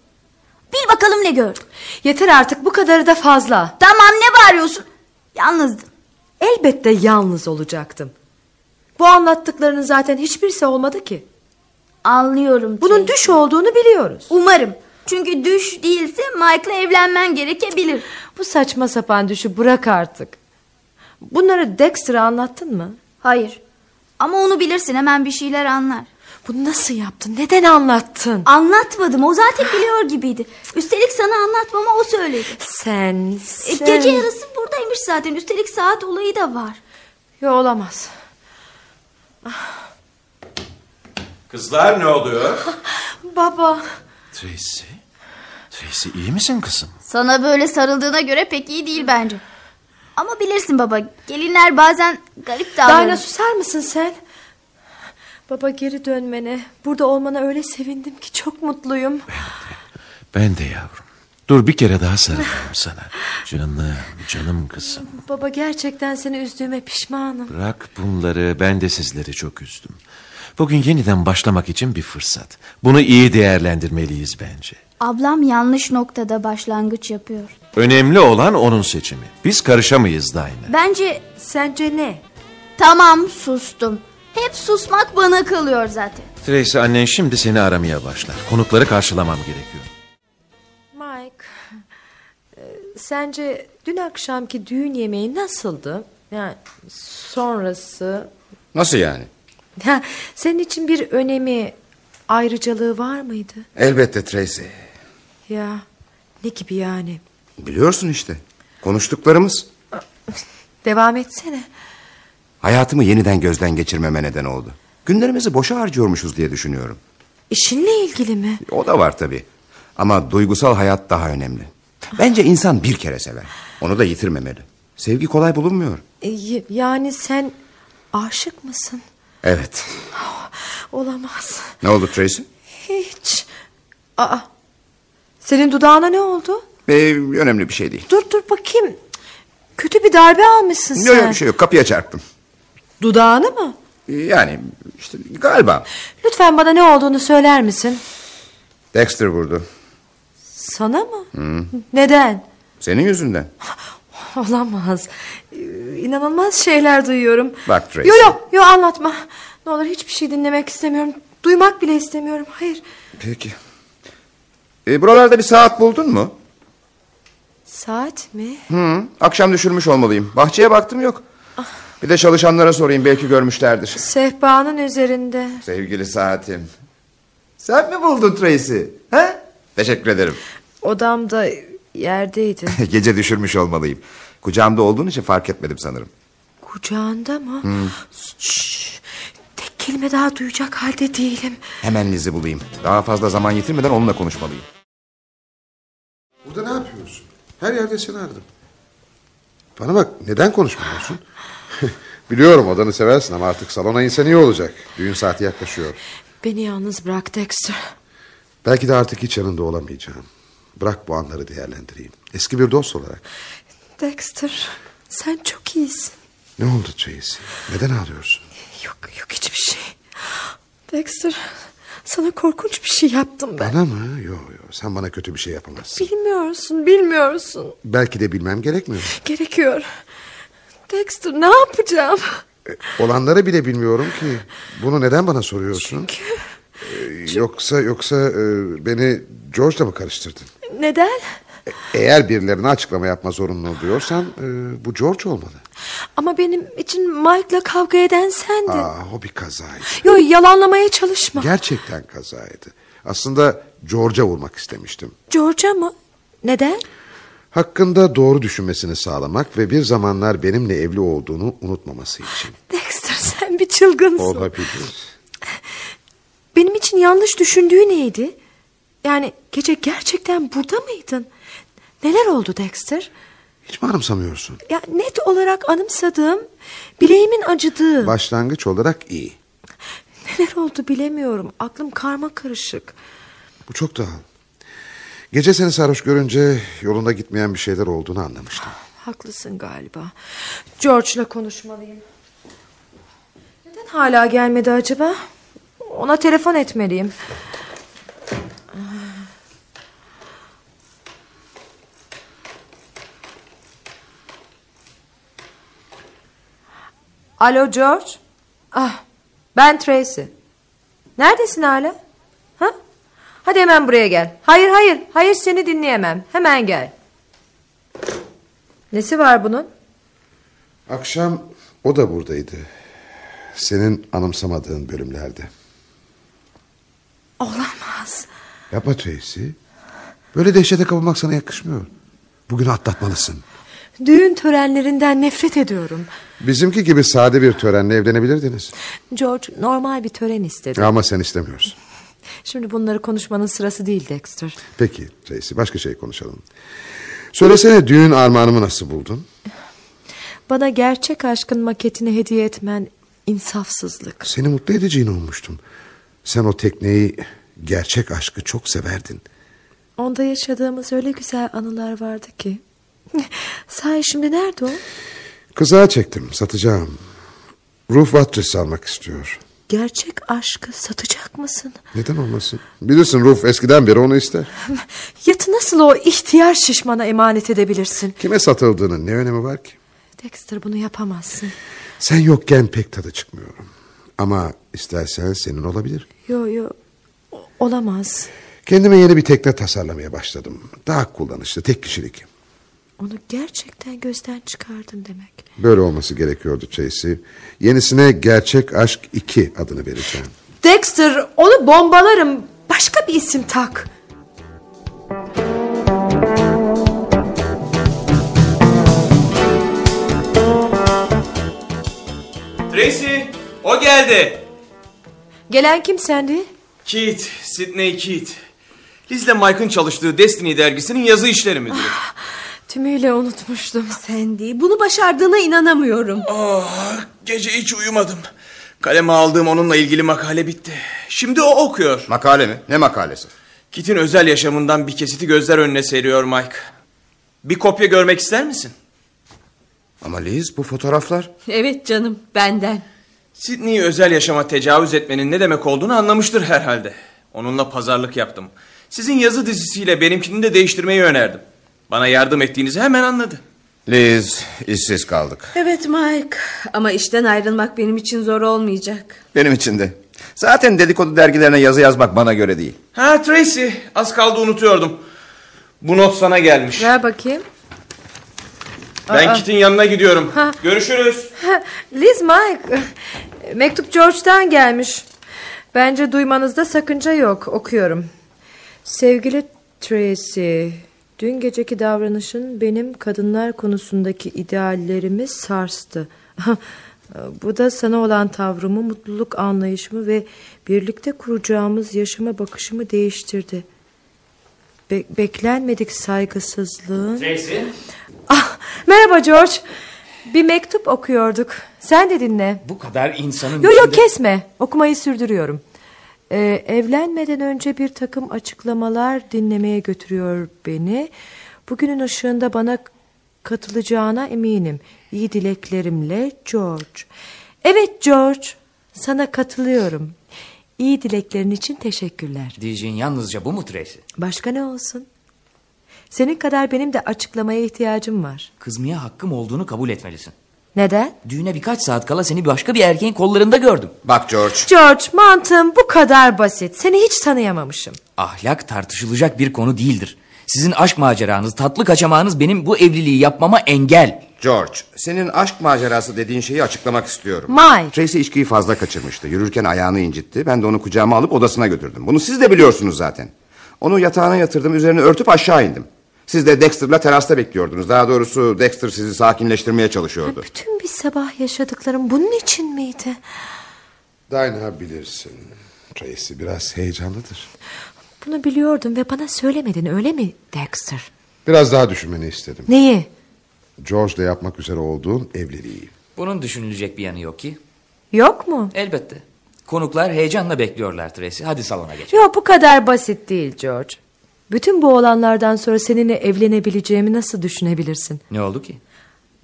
Bil bakalım ne gördüm.
Yeter artık bu kadarı da fazla.
Tamam ne bağırıyorsun? Yalnızdım.
Elbette yalnız olacaktım. Bu anlattıklarının zaten hiçbirisi olmadı ki.
Anlıyorum.
Bunun
Tracy.
düş olduğunu biliyoruz.
Umarım. Çünkü düş değilse Mike'la evlenmen gerekebilir.
Bu saçma sapan düşü bırak artık. Bunları Dexter'a anlattın mı?
Hayır. Ama onu bilirsin hemen bir şeyler anlar.
Bunu nasıl yaptın? Neden anlattın?
Anlatmadım o zaten biliyor gibiydi. Üstelik sana anlatmama o söyledi.
Sen,
E,
sen...
gece yarısı buradaymış zaten üstelik saat olayı da var.
Yo, olamaz.
Kızlar ne oluyor?
Baba.
Tracy. Tracy iyi misin kızım?
Sana böyle sarıldığına göre pek iyi değil bence. Ama bilirsin baba gelinler bazen garip
Dayna
davranır.
susar mısın sen? Baba geri dönmene, burada olmana öyle sevindim ki çok mutluyum.
Ben de yavrum. Dur bir kere daha sarılayım sana. Canım, canım kızım.
Baba gerçekten seni üzdüğüme pişmanım.
Bırak bunları ben de sizleri çok üzdüm. Bugün yeniden başlamak için bir fırsat. Bunu iyi değerlendirmeliyiz bence.
Ablam yanlış noktada başlangıç yapıyor.
Önemli olan onun seçimi. Biz karışamayız Dayna.
Bence
Sence ne?
tamam sustum. Hep susmak bana kalıyor zaten.
Tracy annen şimdi seni aramaya başlar. Konukları karşılamam gerekiyor.
Mike, e, sence dün akşamki düğün yemeği nasıldı? Yani sonrası...
Nasıl yani?
Ya, senin için bir önemi, ayrıcalığı var mıydı?
Elbette Tracy.
Ya, ne gibi yani?
Biliyorsun işte. Konuştuklarımız
Devam etsene.
hayatımı yeniden gözden geçirmeme neden oldu. Günlerimizi boşa harcıyormuşuz diye düşünüyorum.
İşinle ilgili mi?
O da var tabii. Ama duygusal hayat daha önemli. Bence insan bir kere sever. Onu da yitirmemeli. Sevgi kolay bulunmuyor.
E, y- yani sen aşık mısın?
Evet.
Olamaz.
Ne oldu Tracy?
Hiç. Aa, senin dudağına ne oldu?
Ee, önemli bir şey değil.
Dur dur bakayım. Kötü bir darbe almışsın
Yok
sen.
yok bir şey yok. Kapıya çarptım. Ee,
Dudağını mı?
Yani işte galiba.
Lütfen bana ne olduğunu söyler misin?
Dexter vurdu.
Sana mı?
Hı.
Neden?
Senin yüzünden.
Olamaz. Ee, İnanılmaz şeyler duyuyorum.
Bak Tracy.
Yo yo yo anlatma. Ne olur hiçbir şey dinlemek istemiyorum. Duymak bile istemiyorum. Hayır.
Peki. Ee, buralarda bir saat buldun mu?
Saat mi?
Hı, akşam düşürmüş olmalıyım. Bahçeye baktım yok. Bir de çalışanlara sorayım belki görmüşlerdir.
Sehpanın üzerinde.
Sevgili saatim. Sen mi buldun Tracy? He? Teşekkür ederim.
Odamda yerdeydi.
Gece düşürmüş olmalıyım. Kucağımda olduğun için fark etmedim sanırım.
Kucağında mı?
Hı.
Tek kelime daha duyacak halde değilim.
Hemen Liz'i bulayım. Daha fazla zaman yitirmeden onunla konuşmalıyım.
Burada ne yapıyorsun? Her yerde seni aradım. Bana bak neden konuşmuyorsun? Biliyorum odanı seversin ama artık salona insan iyi olacak. Düğün saati yaklaşıyor.
Beni yalnız bırak Dexter.
Belki de artık hiç yanında olamayacağım. Bırak bu anları değerlendireyim. Eski bir dost olarak.
Dexter sen çok iyisin.
Ne oldu Tracy? Neden ağlıyorsun?
Yok hiçbir şey. Dexter sana korkunç bir şey yaptım ben.
Bana mı? Yok yok sen bana kötü bir şey yapamazsın.
Bilmiyorsun bilmiyorsun.
Belki de bilmem gerekmiyor.
Gerekiyor. Dexter ne yapacağım?
Olanları bile bilmiyorum ki. Bunu neden bana soruyorsun? Ee, Yoksa yoksa e, beni George'la mı karıştırdın?
Neden?
Eğer birilerine açıklama yapma zorunlu oluyorsan e, bu George olmalı.
Ama benim için Mike'la kavga eden sendin.
Aa, Ah, o bir kazaydı.
Yo yalanlamaya çalışma.
Gerçekten kazaydı. Aslında George'a vurmak istemiştim.
George'a mı? Neden?
Hakkında doğru düşünmesini sağlamak ve bir zamanlar benimle evli olduğunu unutmaması için.
Dexter sen bir çılgınsın.
Olabilir.
Benim için yanlış düşündüğü neydi? Yani gece gerçekten burada mıydın? Neler oldu Dexter?
Hiç mi anımsamıyorsun?
Ya net olarak anımsadığım, bileğimin acıdığı.
Başlangıç olarak iyi.
Neler oldu bilemiyorum. Aklım karma karışık.
Bu çok doğal. Gece seni sarhoş görünce yolunda gitmeyen bir şeyler olduğunu anlamıştım.
Haklısın galiba. George'la konuşmalıyım. Neden hala gelmedi acaba? Ona telefon etmeliyim. Alo George. Ah, ben Tracy. Neredesin hala? Ha? Hadi hemen buraya gel. Hayır hayır hayır seni dinleyemem. Hemen gel. Nesi var bunun?
Akşam o da buradaydı. Senin anımsamadığın bölümlerde.
Olamaz.
Yapma Tracy. Böyle dehşete kapılmak sana yakışmıyor. Bugünü atlatmalısın.
Düğün törenlerinden nefret ediyorum.
Bizimki gibi sade bir törenle evlenebilirdiniz.
George normal bir tören istedi.
Ama sen istemiyorsun.
Şimdi bunları konuşmanın sırası değil Dexter.
Peki Tracy başka şey konuşalım. Söylesene düğün armağanımı nasıl buldun?
Bana gerçek aşkın maketini hediye etmen insafsızlık.
Seni mutlu edeceğini ummuştum. Sen o tekneyi gerçek aşkı çok severdin.
Onda yaşadığımız öyle güzel anılar vardı ki. Sahi şimdi nerede o?
Kızağa çektim satacağım. Ruh Watress almak istiyor.
Gerçek aşkı satacak mısın?
Neden olmasın? Bilirsin Ruh eskiden beri onu ister.
Yatı nasıl o ihtiyar şişmana emanet edebilirsin?
Kime satıldığının ne önemi var ki?
Dexter bunu yapamazsın.
Sen yokken pek tadı çıkmıyorum. Ama istersen senin olabilir.
Yo yo o- olamaz.
Kendime yeni bir tekne tasarlamaya başladım. Daha kullanışlı, tek kişilik.
Onu gerçekten gözden çıkardın demek.
Böyle olması gerekiyordu Tracy. Yenisine Gerçek Aşk 2 adını vereceğim.
Dexter onu bombalarım. Başka bir isim tak.
Tracy o geldi.
Gelen kim sendi?
Keith, Sidney Keith. Liz'le Mike'ın çalıştığı Destiny dergisinin yazı işleri müdürü.
Tümüyle unutmuştum.
Sandy bunu başardığına inanamıyorum.
Gece hiç uyumadım. Kaleme aldığım onunla ilgili makale bitti. Şimdi o okuyor.
Makale mi? Ne makalesi?
Kit'in özel yaşamından bir kesiti gözler önüne seriyor Mike. Bir kopya görmek ister misin?
Ama Liz bu fotoğraflar...
Evet canım benden.
Sidney'i özel yaşama tecavüz etmenin ne demek olduğunu anlamıştır herhalde. Onunla pazarlık yaptım. Sizin yazı dizisiyle benimkini de değiştirmeyi önerdim. Bana yardım ettiğinizi hemen anladı.
Liz, işsiz kaldık.
Evet Mike ama işten ayrılmak benim için zor olmayacak.
Benim için de. Zaten dedikodu dergilerine yazı yazmak bana göre değil.
Ha Tracy, az kaldı unutuyordum. Bu not sana gelmiş.
Ver bakayım.
Ben
Aa.
Kit'in yanına gidiyorum.
Ha.
Görüşürüz.
Liz Mike. Mektup George'dan gelmiş. Bence duymanızda sakınca yok. Okuyorum. Sevgili Tracy, dün geceki davranışın benim kadınlar konusundaki ideallerimi sarstı. Bu da sana olan tavrımı, mutluluk anlayışımı ve birlikte kuracağımız yaşama bakışımı değiştirdi. Be- beklenmedik saygısızlığın... Ah, merhaba George. Bir mektup okuyorduk. Sen de dinle.
Bu kadar insanın...
Yo yo
içinde-
kesme. Okumayı sürdürüyorum. Ee, evlenmeden önce bir takım açıklamalar dinlemeye götürüyor beni. Bugünün ışığında bana katılacağına eminim. İyi dileklerimle George. Evet George, sana katılıyorum. İyi dileklerin için teşekkürler.
Diyeceğin yalnızca bu mu Tracy?
Başka ne olsun? Senin kadar benim de açıklamaya ihtiyacım var.
Kızmaya hakkım olduğunu kabul etmelisin.
Neden?
Düğüne birkaç saat kala seni başka bir erkeğin kollarında gördüm.
Bak George.
George, mantığım bu kadar basit. Seni hiç tanıyamamışım.
Ahlak tartışılacak bir konu değildir. Sizin aşk maceranız, tatlı kaçamağınız benim bu evliliği yapmama engel.
George, senin aşk macerası dediğin şeyi açıklamak istiyorum.
Mike.
Tracy içkiyi fazla kaçırmıştı. Yürürken ayağını incitti. Ben de onu kucağıma alıp odasına götürdüm. Bunu siz de biliyorsunuz zaten. Onu yatağına yatırdım, üzerine örtüp aşağı indim. Siz de Dexter'la terasta bekliyordunuz. Daha doğrusu Dexter sizi sakinleştirmeye çalışıyordu.
Tüm bir sabah yaşadıklarım bunun için miydi?
Dayanabilirsin. Tracy biraz heyecanlıdır.
Bunu biliyordum ve bana söylemedin öyle mi Dexter?
Biraz daha düşünmeni istedim.
Neyi?
George'la yapmak üzere olduğun evliliği.
Bunun düşünülecek bir yanı yok ki.
Yok mu?
Elbette. Konuklar heyecanla bekliyorlar Tracy. Hadi salona geç.
Yok bu kadar basit değil George. Bütün bu olanlardan sonra seninle evlenebileceğimi nasıl düşünebilirsin?
Ne oldu ki?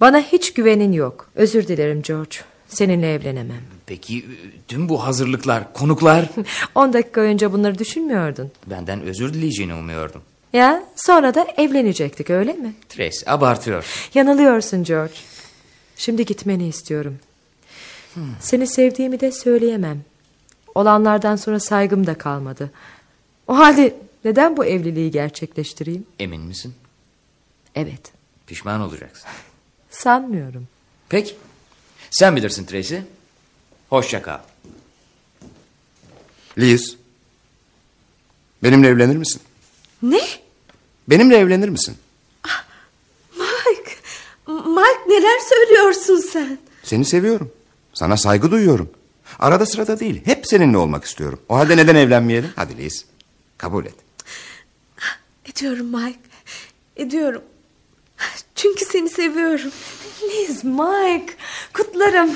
Bana hiç güvenin yok. Özür dilerim George. Seninle evlenemem.
Peki e, tüm bu hazırlıklar, konuklar...
10 dakika önce bunları düşünmüyordun.
Benden özür dileyeceğini umuyordum.
Ya sonra da evlenecektik öyle mi?
Tracy abartıyor.
Yanılıyorsun George. Şimdi gitmeni istiyorum. Seni sevdiğimi de söyleyemem. Olanlardan sonra saygım da kalmadı. O halde neden bu evliliği gerçekleştireyim?
Emin misin?
Evet.
Pişman olacaksın.
Sanmıyorum.
Peki. Sen bilirsin Tracy. Hoşça kal.
Liz, benimle evlenir misin?
Ne?
Benimle evlenir misin?
Mike, Mike neler söylüyorsun sen?
Seni seviyorum. Sana saygı duyuyorum. Arada sırada değil. Hep seninle olmak istiyorum. O halde neden evlenmeyelim? Hadi Liz. Kabul et.
Ediyorum Mike, ediyorum. Çünkü seni seviyorum.
Liz, Mike, kutlarım.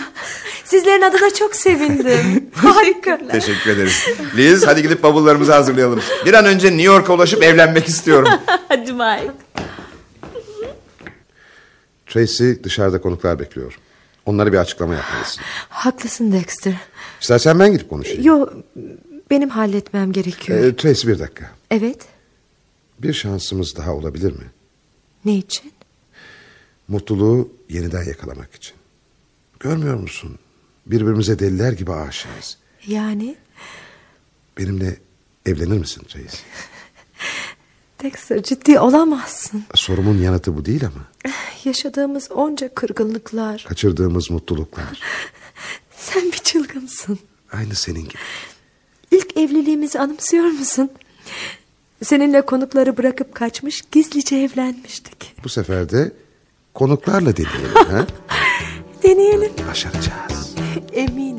Sizlerin adına çok sevindim. Harika.
Teşekkür ederiz. Liz hadi gidip bavullarımızı hazırlayalım. Bir an önce New York'a ulaşıp evlenmek istiyorum.
Hadi Mike.
Tracy dışarıda konuklar bekliyor. Onlara bir açıklama yapmalısın.
Haklısın Dexter.
İstersen ben gidip konuşayım.
Yo, benim halletmem gerekiyor.
Ee, Tracy bir dakika.
Evet,
Bir şansımız daha olabilir mi?
ne için?
Mutluluğu yeniden yakalamak için. Görmüyor musun? Birbirimize deliler gibi aşığız.
Yani
Benimle evlenir misin reis?
Dexter ciddi olamazsın.
Sorumun yanıtı bu değil ama.
Yaşadığımız onca kırgınlıklar.
Kaçırdığımız mutluluklar.
Sen bir çılgınsın.
Aynı senin gibi.
İlk evliliğimizi anımsıyor musun? Seninle konukları bırakıp kaçmış gizlice evlenmiştik.
Bu sefer de konuklarla deneyelim. ha?
Deneyelim
Başaracağız.
eminim.